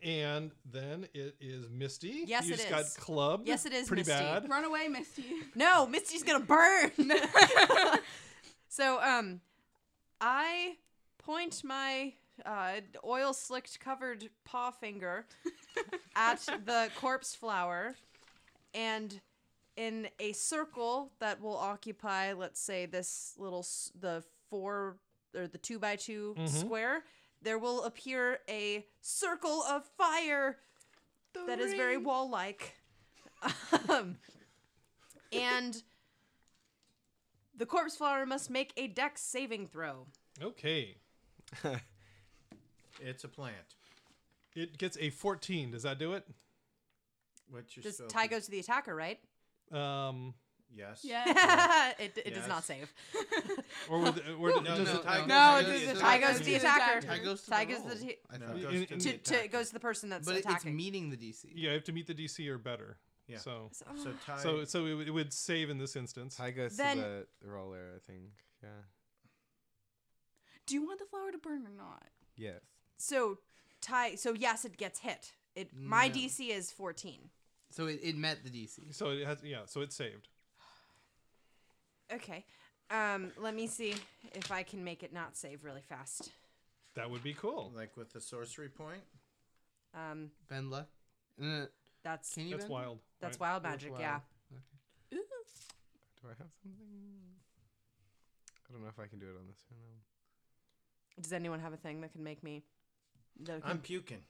And then it is Misty. Yes, you it just is. got clubbed. Yes, it is, Pretty Misty. bad. Run away, Misty. no, Misty's gonna burn. so, um, I point my uh, oil slicked covered paw finger at the corpse flower, and in a circle that will occupy, let's say, this little s- the four or the two by 2 square, there will appear a circle of fire that is very wall like. um, and the corpse flower must make a dex saving throw. Okay. Mm. It's a plant. It gets a 14. Does that do it? What's your Does spell tie be- goes to the attacker, right? Um, Yes. Yeah. it it does Yes. not save. or with, or No, does no, it, no, No, it it does goes to the the Tie attacker. goes to the attacker. Tie goes to Tie the goes to roll, the- I No, thought. it You- goes you- to to, the to it attacker. goes to the person that's But it's attacking. meeting the DC. yeah, you have to meet the DC or better. Yeah. So, So- So tie. so, so it, would- it would save in this instance. Ty goes Then- to the roller, I think. Yeah. Do you want the flower to burn or not? Yes. so tie so yes, it gets hit. It my No. DC is fourteen. So it, it met the DC. So it has, yeah, so it's saved. Okay. Um, let me see if I can make it not save really fast. That would be cool. like with the sorcery point. Um, Ben luck. Uh, that's can you? That's bend? wild. that's right? wild That's magic, wild. yeah. Ooh. Do I have something? I don't know if I can do it on this one. um, Does anyone have a thing that can make me? That can- I'm I'm, puking.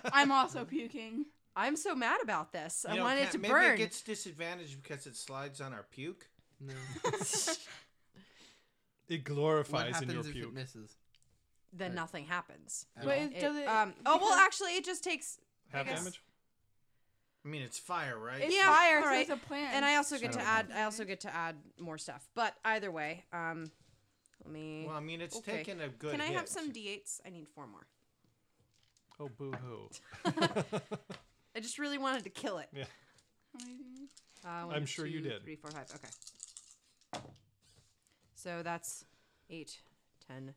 I'm also puking. so mad about this. I You know, want it can't- to maybe burn. it gets disadvantaged because it slides on our puke. No. It What glorifies in your happens if it puke. misses? then Right. nothing happens. At But all? it, does it? um, oh well, because- actually, it just takes. Half guess- damage? I mean, it's fire, right? It's Yeah, fire, all so right. it's a plant. And I also get to Shadow add. I also get to add more stuff. But either way, um, let me. Well, I mean, it's Okay. taking a good. Can I have hit. some d8s? I need four more. Oh, boo hoo. I just really wanted to kill it. Uh, one, I'm sure you two, did. Three, four, five. Okay. So that's 8, 10,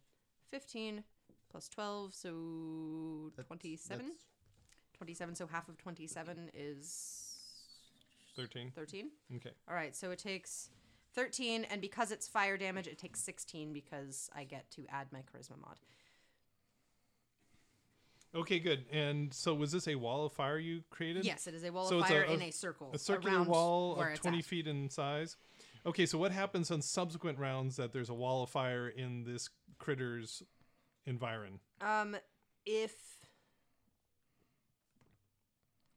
15, plus 12, so That's- 27? that's- 27, so half of 27 is 13. 13. Okay. All right, so it takes 13, and because it's fire damage, it takes 16 because I get to add my charisma mod. Okay, good. And so was this a wall of fire you created? Yes, it is a wall So of it's a- fire a- in a circle. A circular around wall where of it's 20 at. feet in size. Okay, so what happens on subsequent rounds that there's a wall of fire in this critter's environ? Um, if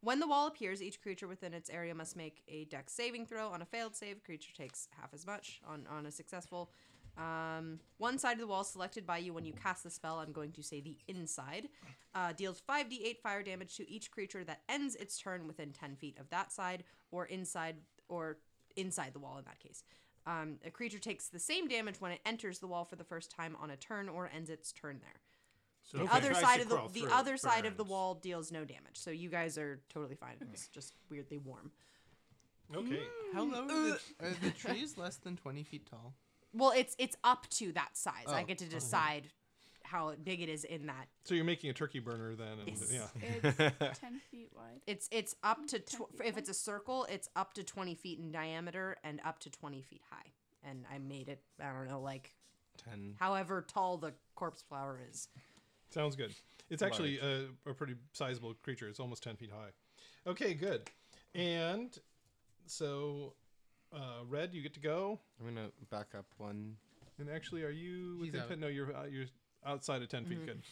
when the wall appears, each creature within its area must make a dex saving throw. On a failed save, creature takes half as much. On on a successful, um, one side of the wall selected by you when you cast the spell. I'm going to say the inside uh, deals 5d8 fire damage to each creature that ends its turn within 10 feet of that side or inside or inside the wall in that case. Um, a creature takes the same damage when it enters the wall for the first time on a turn or ends its turn there. So The he other tries side to of the crawl the through, other side of the burns. wall deals no damage, so you guys are totally fine. It's just weirdly warm. Okay. How low are the, are Uh. the trees? Less than twenty feet tall. Well, it's it's up to that size. I Oh, get to decide how big it is in that. So you're making a turkey burner then? And, Yes. Yeah. It's 10 feet wide. It's it's up to tw- feet if it's a circle, it's up to twenty feet in diameter and up to twenty feet high. And I made it. I don't know, like Ten. however tall the corpse flower is. Sounds good. It's actually a, a pretty sizable creature. It's almost 10 feet high. Okay, good. And so, uh, Red, you get to go. I'm gonna back up one And actually, are you He's within out. Mm-hmm. 10? No, you're, uh, you're outside of 10 feet. Good.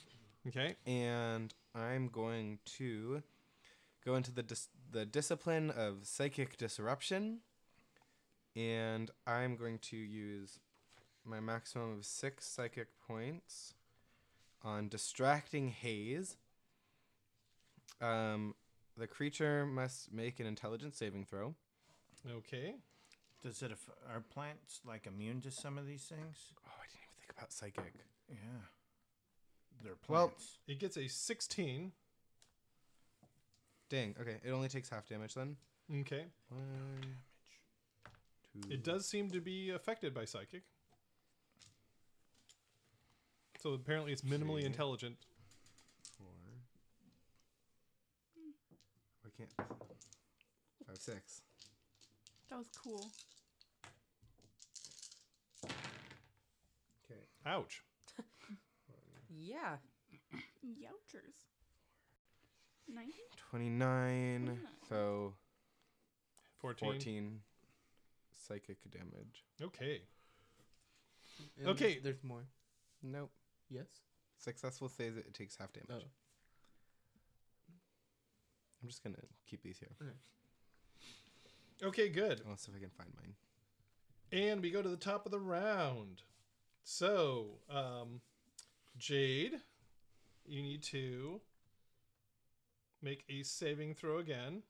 Okay. and I'm going to go into the dis- the discipline of psychic disruption, and I'm going to use my maximum of six psychic points on distracting haze. Um, the creature must make an intelligence saving throw. Okay. Does it? Aff- are plants like immune to some of these things? Oh, I didn't even think about psychic. Yeah, they're Well- plants. It gets a 16. Dang. Okay, it only takes half damage then. Okay. One, two. It does seem to be affected by psychic. So apparently, it's minimally See. intelligent. Four. I can't. Five, six. That was cool. Okay. Ouch. Yeah. Youchers. 90? 29. Twenty-nine. Mm-hmm. So 14. 14 psychic damage. Okay. And there's- Okay. There's more. Nope. Yes. Successful saves it, it takes half damage. Oh. I'm just going to keep these here. Okay, good. Unless if I can find mine. And we go to the top of the round. So, um, Jade, you need to make a saving throw again.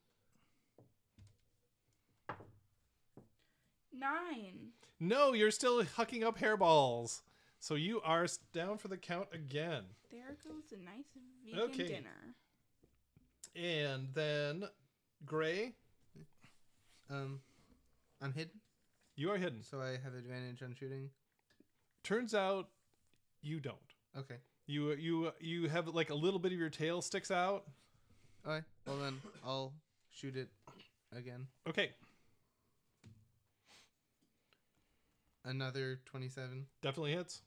Nine. No, you're still hucking up hairballs. So you are s- down for the count again. There goes a nice vegan Okay. dinner. And then, Gray, Um, I'm hidden, you are hidden. so I have advantage on shooting. Turns out you don't. Okay. You you you have like a little bit of your tail sticks out. All right. Well then, I'll shoot it again. Okay, Another twenty-seven definitely hits.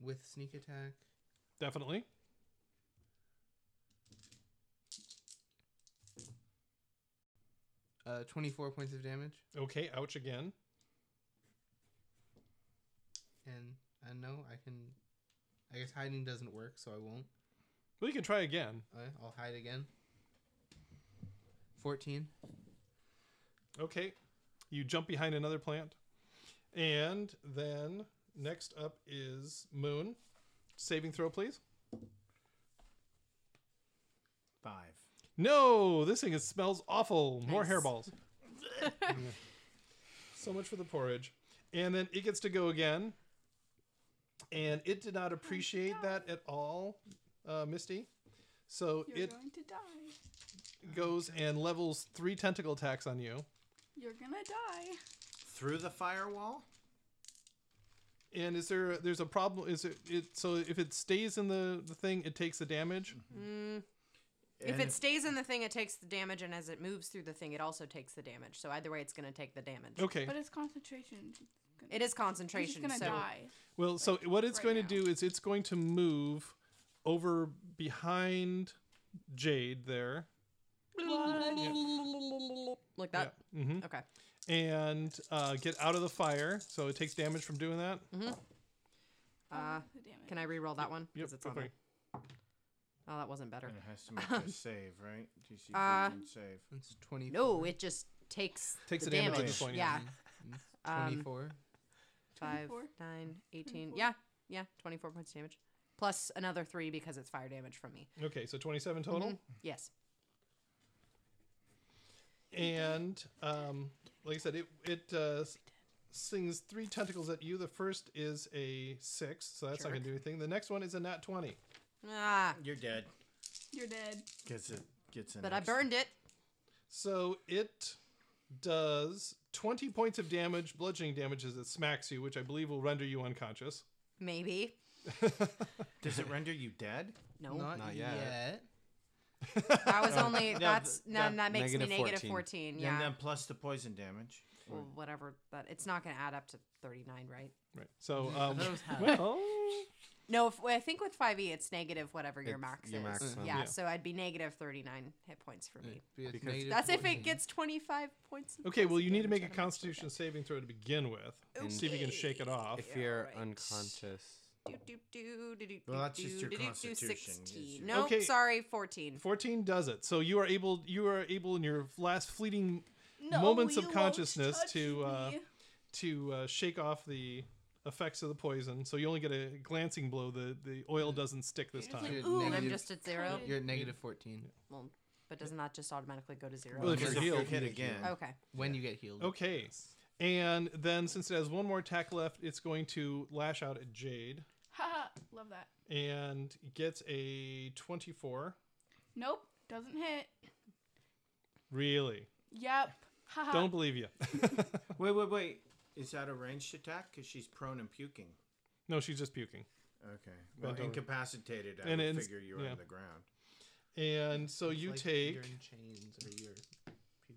with sneak attack. Definitely. Uh, twenty-four points of damage Okay, ouch again. and I know I can. I guess hiding doesn't work, so I won't. Well, you can try again. Alright, I'll hide again. 14. Okay. You jump behind another plant. And then next up is Moon. Saving throw, please. Five. No, this thing is, smells awful. More Nice. hairballs. so much for the porridge. And then it gets to go again. And it did not appreciate that at all, uh, Misty. So You're it going to die. goes and levels three tentacle attacks on you. You're gonna die. Through the firewall? And is there there's a problem? Is it, it so if it stays in the, the thing, it takes the damage? And if it stays in the thing, it takes the damage, and as it moves through the thing, it also takes the damage. So either way, it's going to take the damage. Okay. But it's concentration. It's gonna- It is She's concentration. just gonna so die. Well, so what it's right going now. to do is it's going to move over behind Jade there. like that. hmm Okay. And uh, get out of the fire. So it takes damage from doing that. Mm-hmm. Uh, The damage. can I re-roll that one? Yep. 'Cause it's on okay. there. Oh, that wasn't better. Mm. And it has to make a save, right? DC Uh, 14 save. It's 20. No, it just takes Takes the the damage damage. at this point, yeah. yeah. It's Um, 24. Five, 24? nine, 18. 24? Yeah. Yeah. 24 points of damage. Plus another three because it's fire damage from me. Okay, so 27 total. Mhm. Yes. Mm-hmm. And um, like I said, it, it uh, s- sings three tentacles at you. The first is a six, so that's not gonna Jerk. do anything. The next one is a nat twenty. Ah, You're dead. You're dead. Gets it. Gets an but I extra- burned it. So it does twenty points of damage, bludgeoning damage as it smacks you, which I believe will render you unconscious. Maybe. Does it render you dead? No, Not, Not yet. yet. that was only that's th- no, that- that makes me Negative negative 14. 14. And yeah, then plus the poison damage. well, whatever. But it's not going to add up to thirty nine, right? Right. So um, Those have- well, No, if, I think with five e, it's negative whatever your It's max your is. maximum. Yeah, Yeah. so I'd be negative thirty nine hit points for me. Be a Because- negative That's if 14. it gets twenty five points. of okay. Well, you need to make damage a out of my Constitution saving throw to begin with. Okay. See if you can shake it off. If you're right. unconscious, Do, do, do, do, do, Well, do, that's just do, your do, do, do, constitution. Yes, 16. you're- Nope, Okay. sorry, 14. 14 does it. So you are able you are able in your last fleeting No, moments you of won't consciousness touch to uh, me. to uh, shake off the effects of the poison. So you only get a glancing blow. The the oil doesn't stick this time. You're Ooh, And I'm negative- just at zero. Cut You're at negative 14 Well, but doesn't that just automatically go to zero? Well, if you're Because if you're healed- hit again. okay. when you get healed. Okay. And then since it has one more attack left, it's going to lash out at Jade Haha, love that. and gets a 24. Nope, doesn't hit. Really? Yep. Haha. Don't believe you. Oh. Wait, wait, wait. Is that a ranged attack? Because she's prone and puking. no, she's just puking. Okay. Well, Bent over. incapacitated. I And would it's- figure you were yeah. on the ground. And so It's you like take You're in chains or you're puking.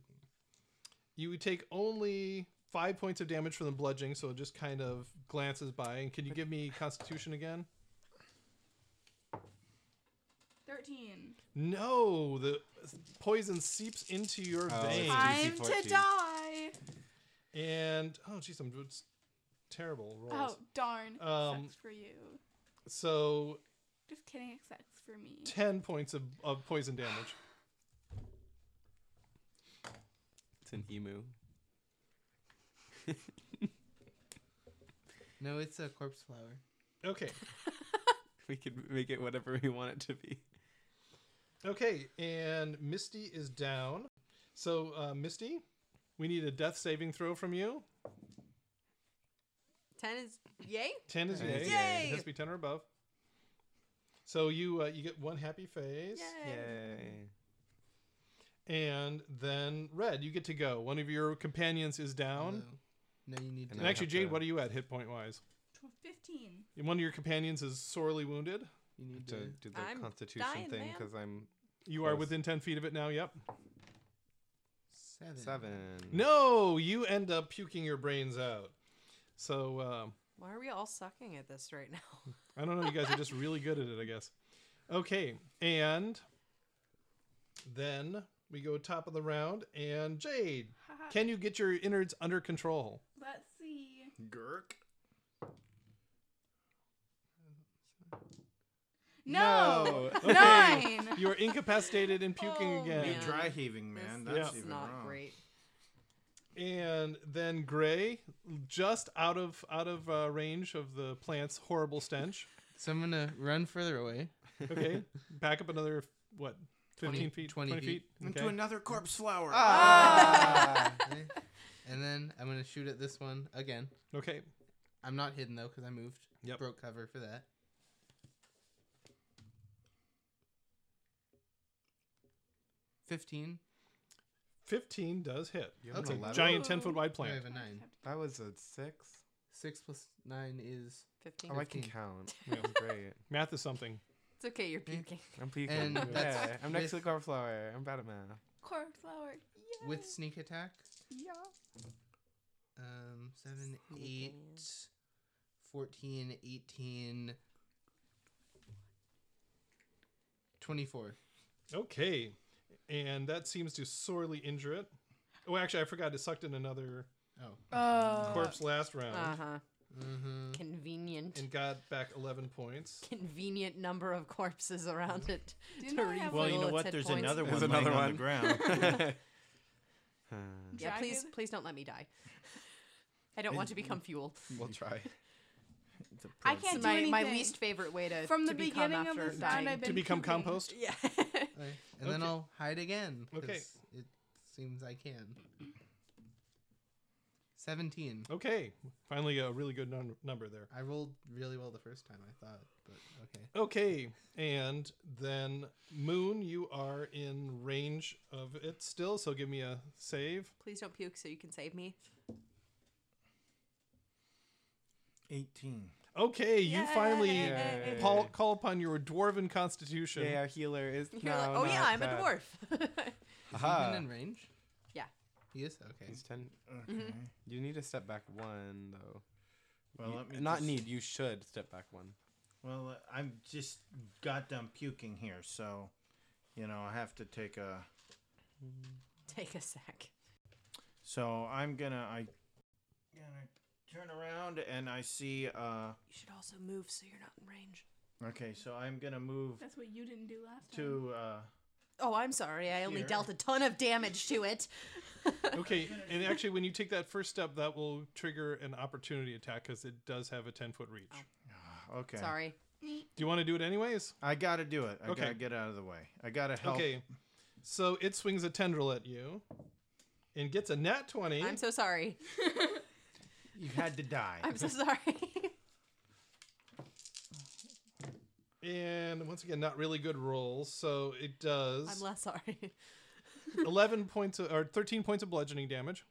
you take only five points of damage from the bludgeoning, so it just kind of glances by. And can you give me Constitution again? Thirteen. No, the poison seeps into your Oh, it's veins, fine. Time to 14. die. and oh, jeez, I'm it's terrible rolls. Oh darn. Um, Sucks for you. So Just kidding. It sucks for me. ten points of, of poison damage. it's an emu. No, it's a corpse flower. Okay, We could make it whatever we want it to be. okay, and Misty is down. So uh, Misty, we need a death saving throw from you. 10 is yay? Ten is Ten yay. is yay. It has to be ten or above. So you uh, you get one happy face. Yay. And then Red, you get to go. One of your companions is down. No, you need And to. I actually, have Jade, to- what are you at hit point wise? Tw- Fifteen. One of your companions is sorely wounded. You Have need to to. do the I'm constitution dying, thing man. because I'm You are Close. within 10 feet of it now, yep. Seven. seven. No, you end up puking your brains out. So, um, Why are we all sucking at this right now? I don't know. You guys are just really good at it, I guess. Okay. And then we go top of the round. And Jade, Haha. can you get your innards under control? Let's see. Gurk. No. Okay. Nine. You are incapacitated and puking Oh, again. You Yeah. dry heaving, man. This That's is even not wrong. great. and then gray just out of out of uh, range of the plant's horrible stench So I'm gonna run further away. okay back up another what 15 20 feet 20 feet. Okay. Into another corpse flower. Ah. Ah! Okay. and then I'm gonna shoot at this one again. okay I'm not hidden though because I moved. Yep. Broke cover for that. Fifteen. 15 does hit You have that's an a 11? giant 10 foot wide I have plant a nine. That was a six. Six plus nine is 15. Oh, I can Fifteen. count. Yeah. That's great. math is something It's okay, you're puking. I'm peeking. And yeah, that's I'm next with- to the cauliflower. I'm bad at math. Cornflower. with sneak attack. Yeah. Um, seven, Sneak eight, in. 14, 18, 24. okay and that seems to sorely injure it oh actually i forgot it sucked in another Oh. Uh, corpse last round Uh huh. Mm-hmm. Convenient. and got back 11 points Convenient number of corpses around it. Didn't to I have refill Well, you know its what? hit There's points. another There's one laying another on one. the ground. Uh, Yeah, please, Dragon? please don't let me die. I don't want to become fuel. we'll try. I It's can't do my, anything. my least favorite way to From the to become beginning of after this dying. round, I've been to become puking. compost Yeah. Okay. And then Okay. I'll hide again. Okay. 'cause It seems I can. Seventeen. Okay, finally a really good num- number there. I rolled really well the first time, I thought, but okay. Okay, and then Moon, you are in range of it still, so give me a save. Please don't puke so you can save me. 18. Okay, you finally Yay. uh, Paul, call upon your dwarven constitution. Yeah, our healer is. You're like, no, oh yeah, not I'm that. a dwarf. Is Aha. he even in range? Yeah. He is? Okay. He's ten. Mm-hmm. You need to step back one though. Well, You- let me not just- need. You should step back one. Well, I'm just got done puking here, so you know I have to take a. Take a sec. So I'm gonna I gonna turn around and I see. uh You should also move so you're not in range. Okay, so I'm gonna move That's what you didn't do last time. to. uh Oh, I'm sorry. I only Here. dealt a ton of damage to it. Okay, and actually, when you take that first step, that will trigger an opportunity attack because it does have a ten foot reach. Oh. Okay. Sorry. Do you want to do it anyways? I gotta do it. I Okay. gotta get out of the way. I gotta help. Okay, so it swings a tendril at you, and gets a nat 20 I'm so sorry. You had to die. I'm so sorry. and once again, not really good rolls. So it does. I'm less sorry. 11 points of, or 13 points of bludgeoning damage.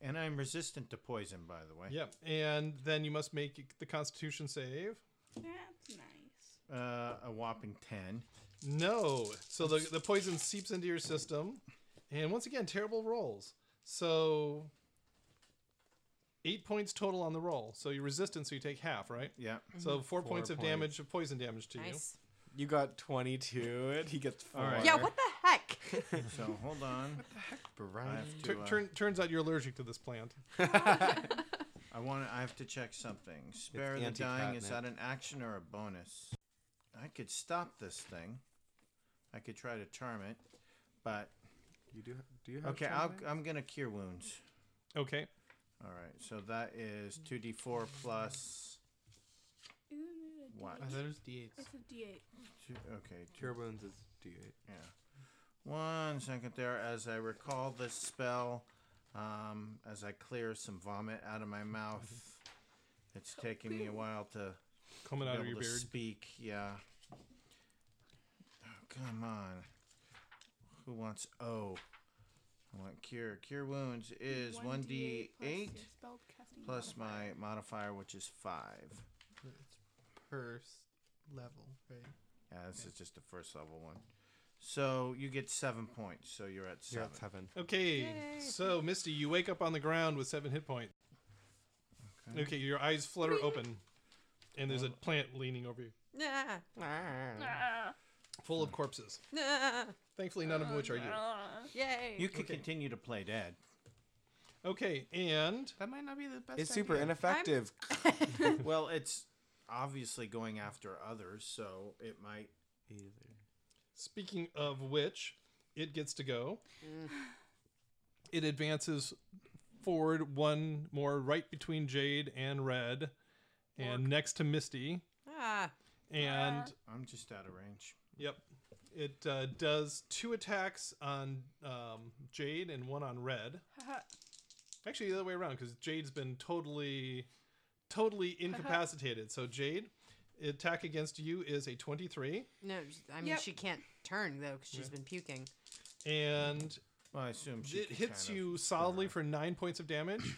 and I'm resistant to poison, by the way. Yep. And then you must make the constitution save. That's nice. Uh, a whopping ten. No. So the, the poison seeps into your system. And once again, terrible rolls. So 8 points total on the roll. So your resistance, so you take half, right? Yeah. So 4, points of points. damage of poison damage to Nice. You got twenty two, and he gets four. right. Yeah, what the heck? So hold on. I Brian. have you. to. Tur- uh, turn, turns out you're allergic to this plant. I want. to I have to check something. Spare the dying. Is that an action or a bonus? I could stop this thing. I could try to charm it, but You do. Do you have? okay. I'll, I'm gonna cure wounds. Okay. All right. So that is two d4 plus Isn't it a D8? what? I thought it was D8s. It's a D8. Two, okay. Two, Cure wounds is D eight. yeah. One second there, as I recall this spell, um, as I clear some vomit out of my mouth. It's taking me a while to Coming out be of your able to beard. speak. Yeah. Oh, come on. Who wants O? I want cure. Cure wounds is one d eight plus your spellcasting plus modifier. my modifier, which is five. It's per s- level, right? Yeah, this is just the first level one. So you get seven points. So you're at You're seven. at seven. Okay, so Misty, you wake up on the ground with seven hit points. Okay, your eyes flutter open, and there's a plant leaning over you, Nah, Ah, full of corpses. nah, Thankfully, none of which are you. ah. yay. You can Okay. continue to play dead. Okay, and That might not be the best. It's super idea. ineffective. well, it's obviously going after others, so it might. speaking of which, it gets to go. It advances forward one more, right between Jade and Red, and next to Misty. ah, And I'm just out of range. Yep. It uh, does two attacks on um, Jade and one on Red. Actually, the other way around because Jade's been totally, totally incapacitated. so Jade, attack against you is a twenty-three, no, I mean, Yep. she can't turn, though, because she's been puking. and Well, I assume she it could hits kind of- you solidly for nine points of damage.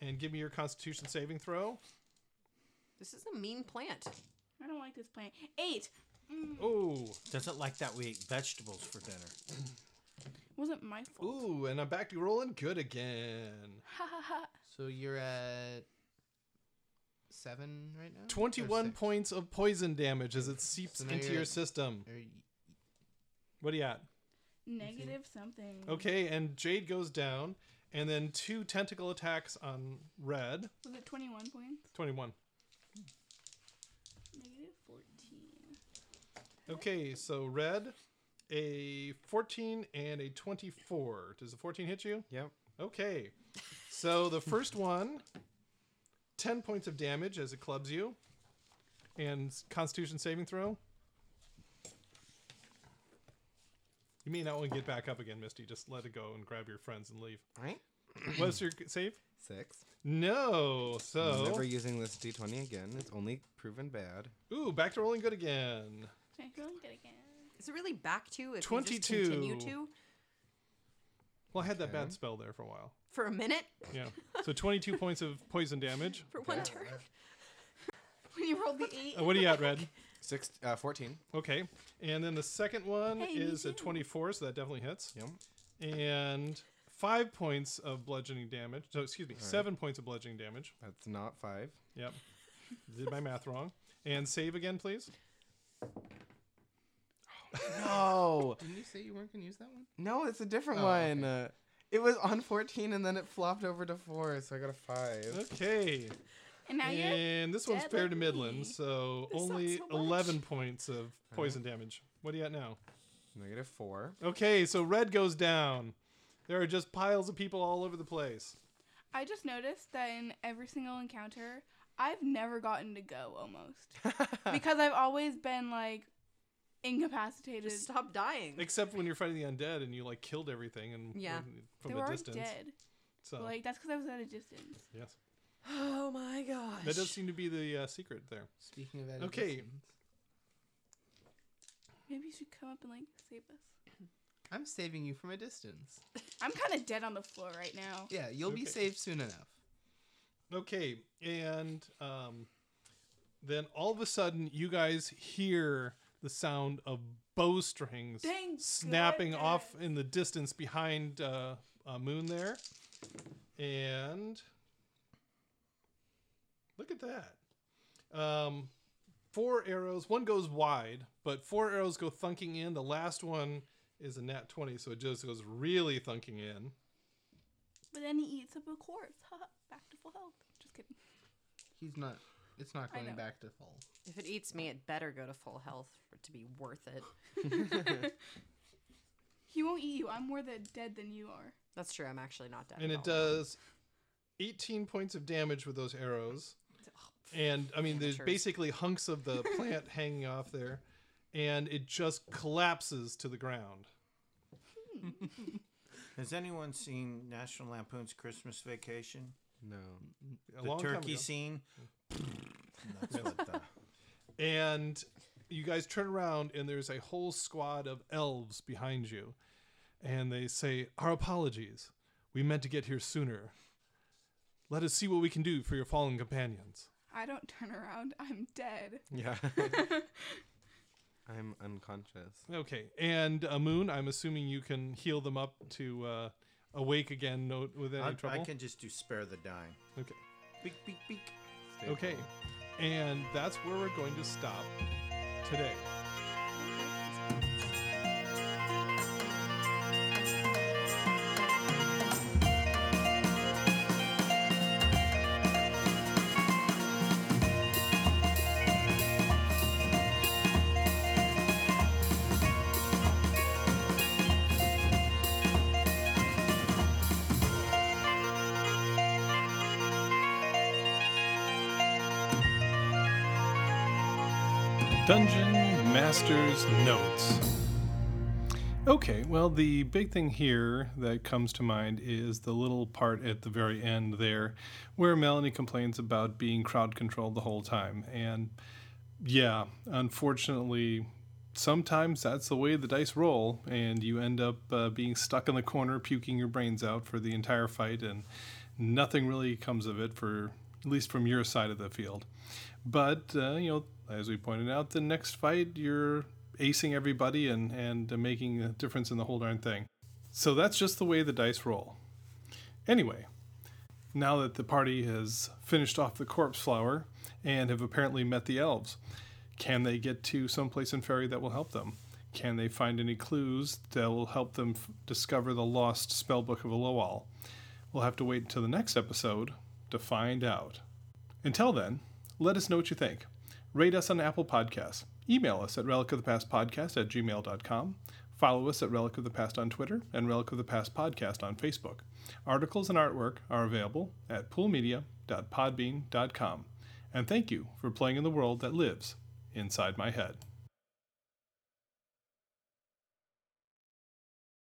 and give me your Constitution saving throw. This is a mean plant. I don't like this plant. Eight. Oh, Doesn't like that we ate vegetables for dinner. Wasn't my fault. ooh, and I'm back to rolling good again. Ha ha ha. So you're at seven right now. Or Twenty-one six? points of poison damage as it seeps So now into you're your at- system. Or y- What do you at? Negative something. Okay, and Jade goes down, and then two tentacle attacks on Red. Was it 21 points? 21. Negative 14. Okay, so Red, a 14 and a 24. Does the 14 hit you? Yep. Okay. So the first one, 10 points of damage as it clubs you, and Constitution saving throw. You may not want to get back up again, Misty. Just let it go and grab your friends and leave. Right. What's your save? Six. No. Oh. I'm So Never using this d20 again. It's only proven bad. ooh, back to rolling good again. Can I roll it again? Is it really back to if you 22. just continue to Well, I had that Okay. bad spell there for a while. for a minute Yeah. So 22 points of poison damage. for one Okay. turn? when you rolled the eight, Uh, what do you at, Red? Six, uh, 14. Okay. And then the second one Hey, me is a too. 24, so that definitely hits. Yep. And five points of bludgeoning damage. So, excuse me, seven points of bludgeoning damage. That's not five. Yep. Did my math wrong. And save again, please. No. Didn't you say you weren't gonna use that one? No, it's a different Oh, one. Uh, it was on 14 and then it flopped over to four, so I got a five. Okay. And now you're And this one's dead fair like to me. Midland, so This sucks only so much. 11 points of poison damage. What do you at now? Negative four. Okay, so red goes down. There are just piles of people all over the place. I just noticed that in every single encounter, I've never gotten to go almost because I've always been like incapacitated. just stop dying. Except when you're fighting the undead and you like killed everything and Yeah. when- they from were a already distance. dead. So Like that's because I was at a distance. yes, oh my gosh. that does seem to be the uh, secret there. Speaking of that, Okay. Maybe you should come up and like save us. I'm saving you from a distance. I'm kind of dead on the floor right now. Yeah, you'll be Okay. saved soon enough. Okay, and um, then all of a sudden you guys hear the sound of bowstrings Thank snapping goodness. off in the distance behind uh, uh, Moon there, and look at that. Um, four arrows. One goes wide, but four arrows go thunking in. The last one is a nat twenty, so it just goes really thunking in. But then he eats up a corpse. Haha, Back to full health. Just kidding. He's not. It's not I going know. back to full. If it eats me, it better go to full health for it to be worth it. He won't eat you. I'm more the dead than you are. That's true. I'm actually not dead. and at it all. does 18 points of damage with those arrows and i mean there's Amateurs. basically hunks of the plant hanging off there and it just collapses to the ground Has anyone seen National Lampoon's Christmas Vacation? No. a the long time turkey ago. Hmm. scene. That's what the- and you guys turn around and there's a whole squad of elves behind you and they say our apologies we meant to get here sooner let us see what we can do for your fallen companions I don't turn around. I'm dead. Yeah. I'm unconscious. Okay, and uh, Moon, I'm assuming you can heal them up to uh, awake again, no, with any I, I trouble. can just do spare the dying. Okay, Beak, beak, beak. Stay okay, calm. and that's where we're going to stop today. Dungeon Master's Notes. Okay, well, the big thing here that comes to mind is the little part at the very end there where Melanie complains about being crowd controlled the whole time. And yeah, unfortunately, sometimes that's the way the dice roll, and you end up uh, being stuck in the corner, puking your brains out for the entire fight, and nothing really comes of it for at least from your side of the field. But uh, you know, as we pointed out, the next fight you're acing everybody and and uh, making a difference in the whole darn thing. So that's just the way the dice roll. Anyway, now that the party has finished off the corpse flower and have apparently met the elves, can they get to someplace in Fairy that will help them? Can they find any clues that will help them f- discover the lost spellbook of Aloal? We'll have to wait until the next episode to find out. Until then, let us know what you think. Rate us on Apple Podcasts. Email us at Relic of the Past Podcast at gmail.com. Follow us at Relic of the Past on Twitter and Relic of the Past Podcast on Facebook. Articles and artwork are available at poolmedia.podbean.com. And thank you for playing in the world that lives inside my head.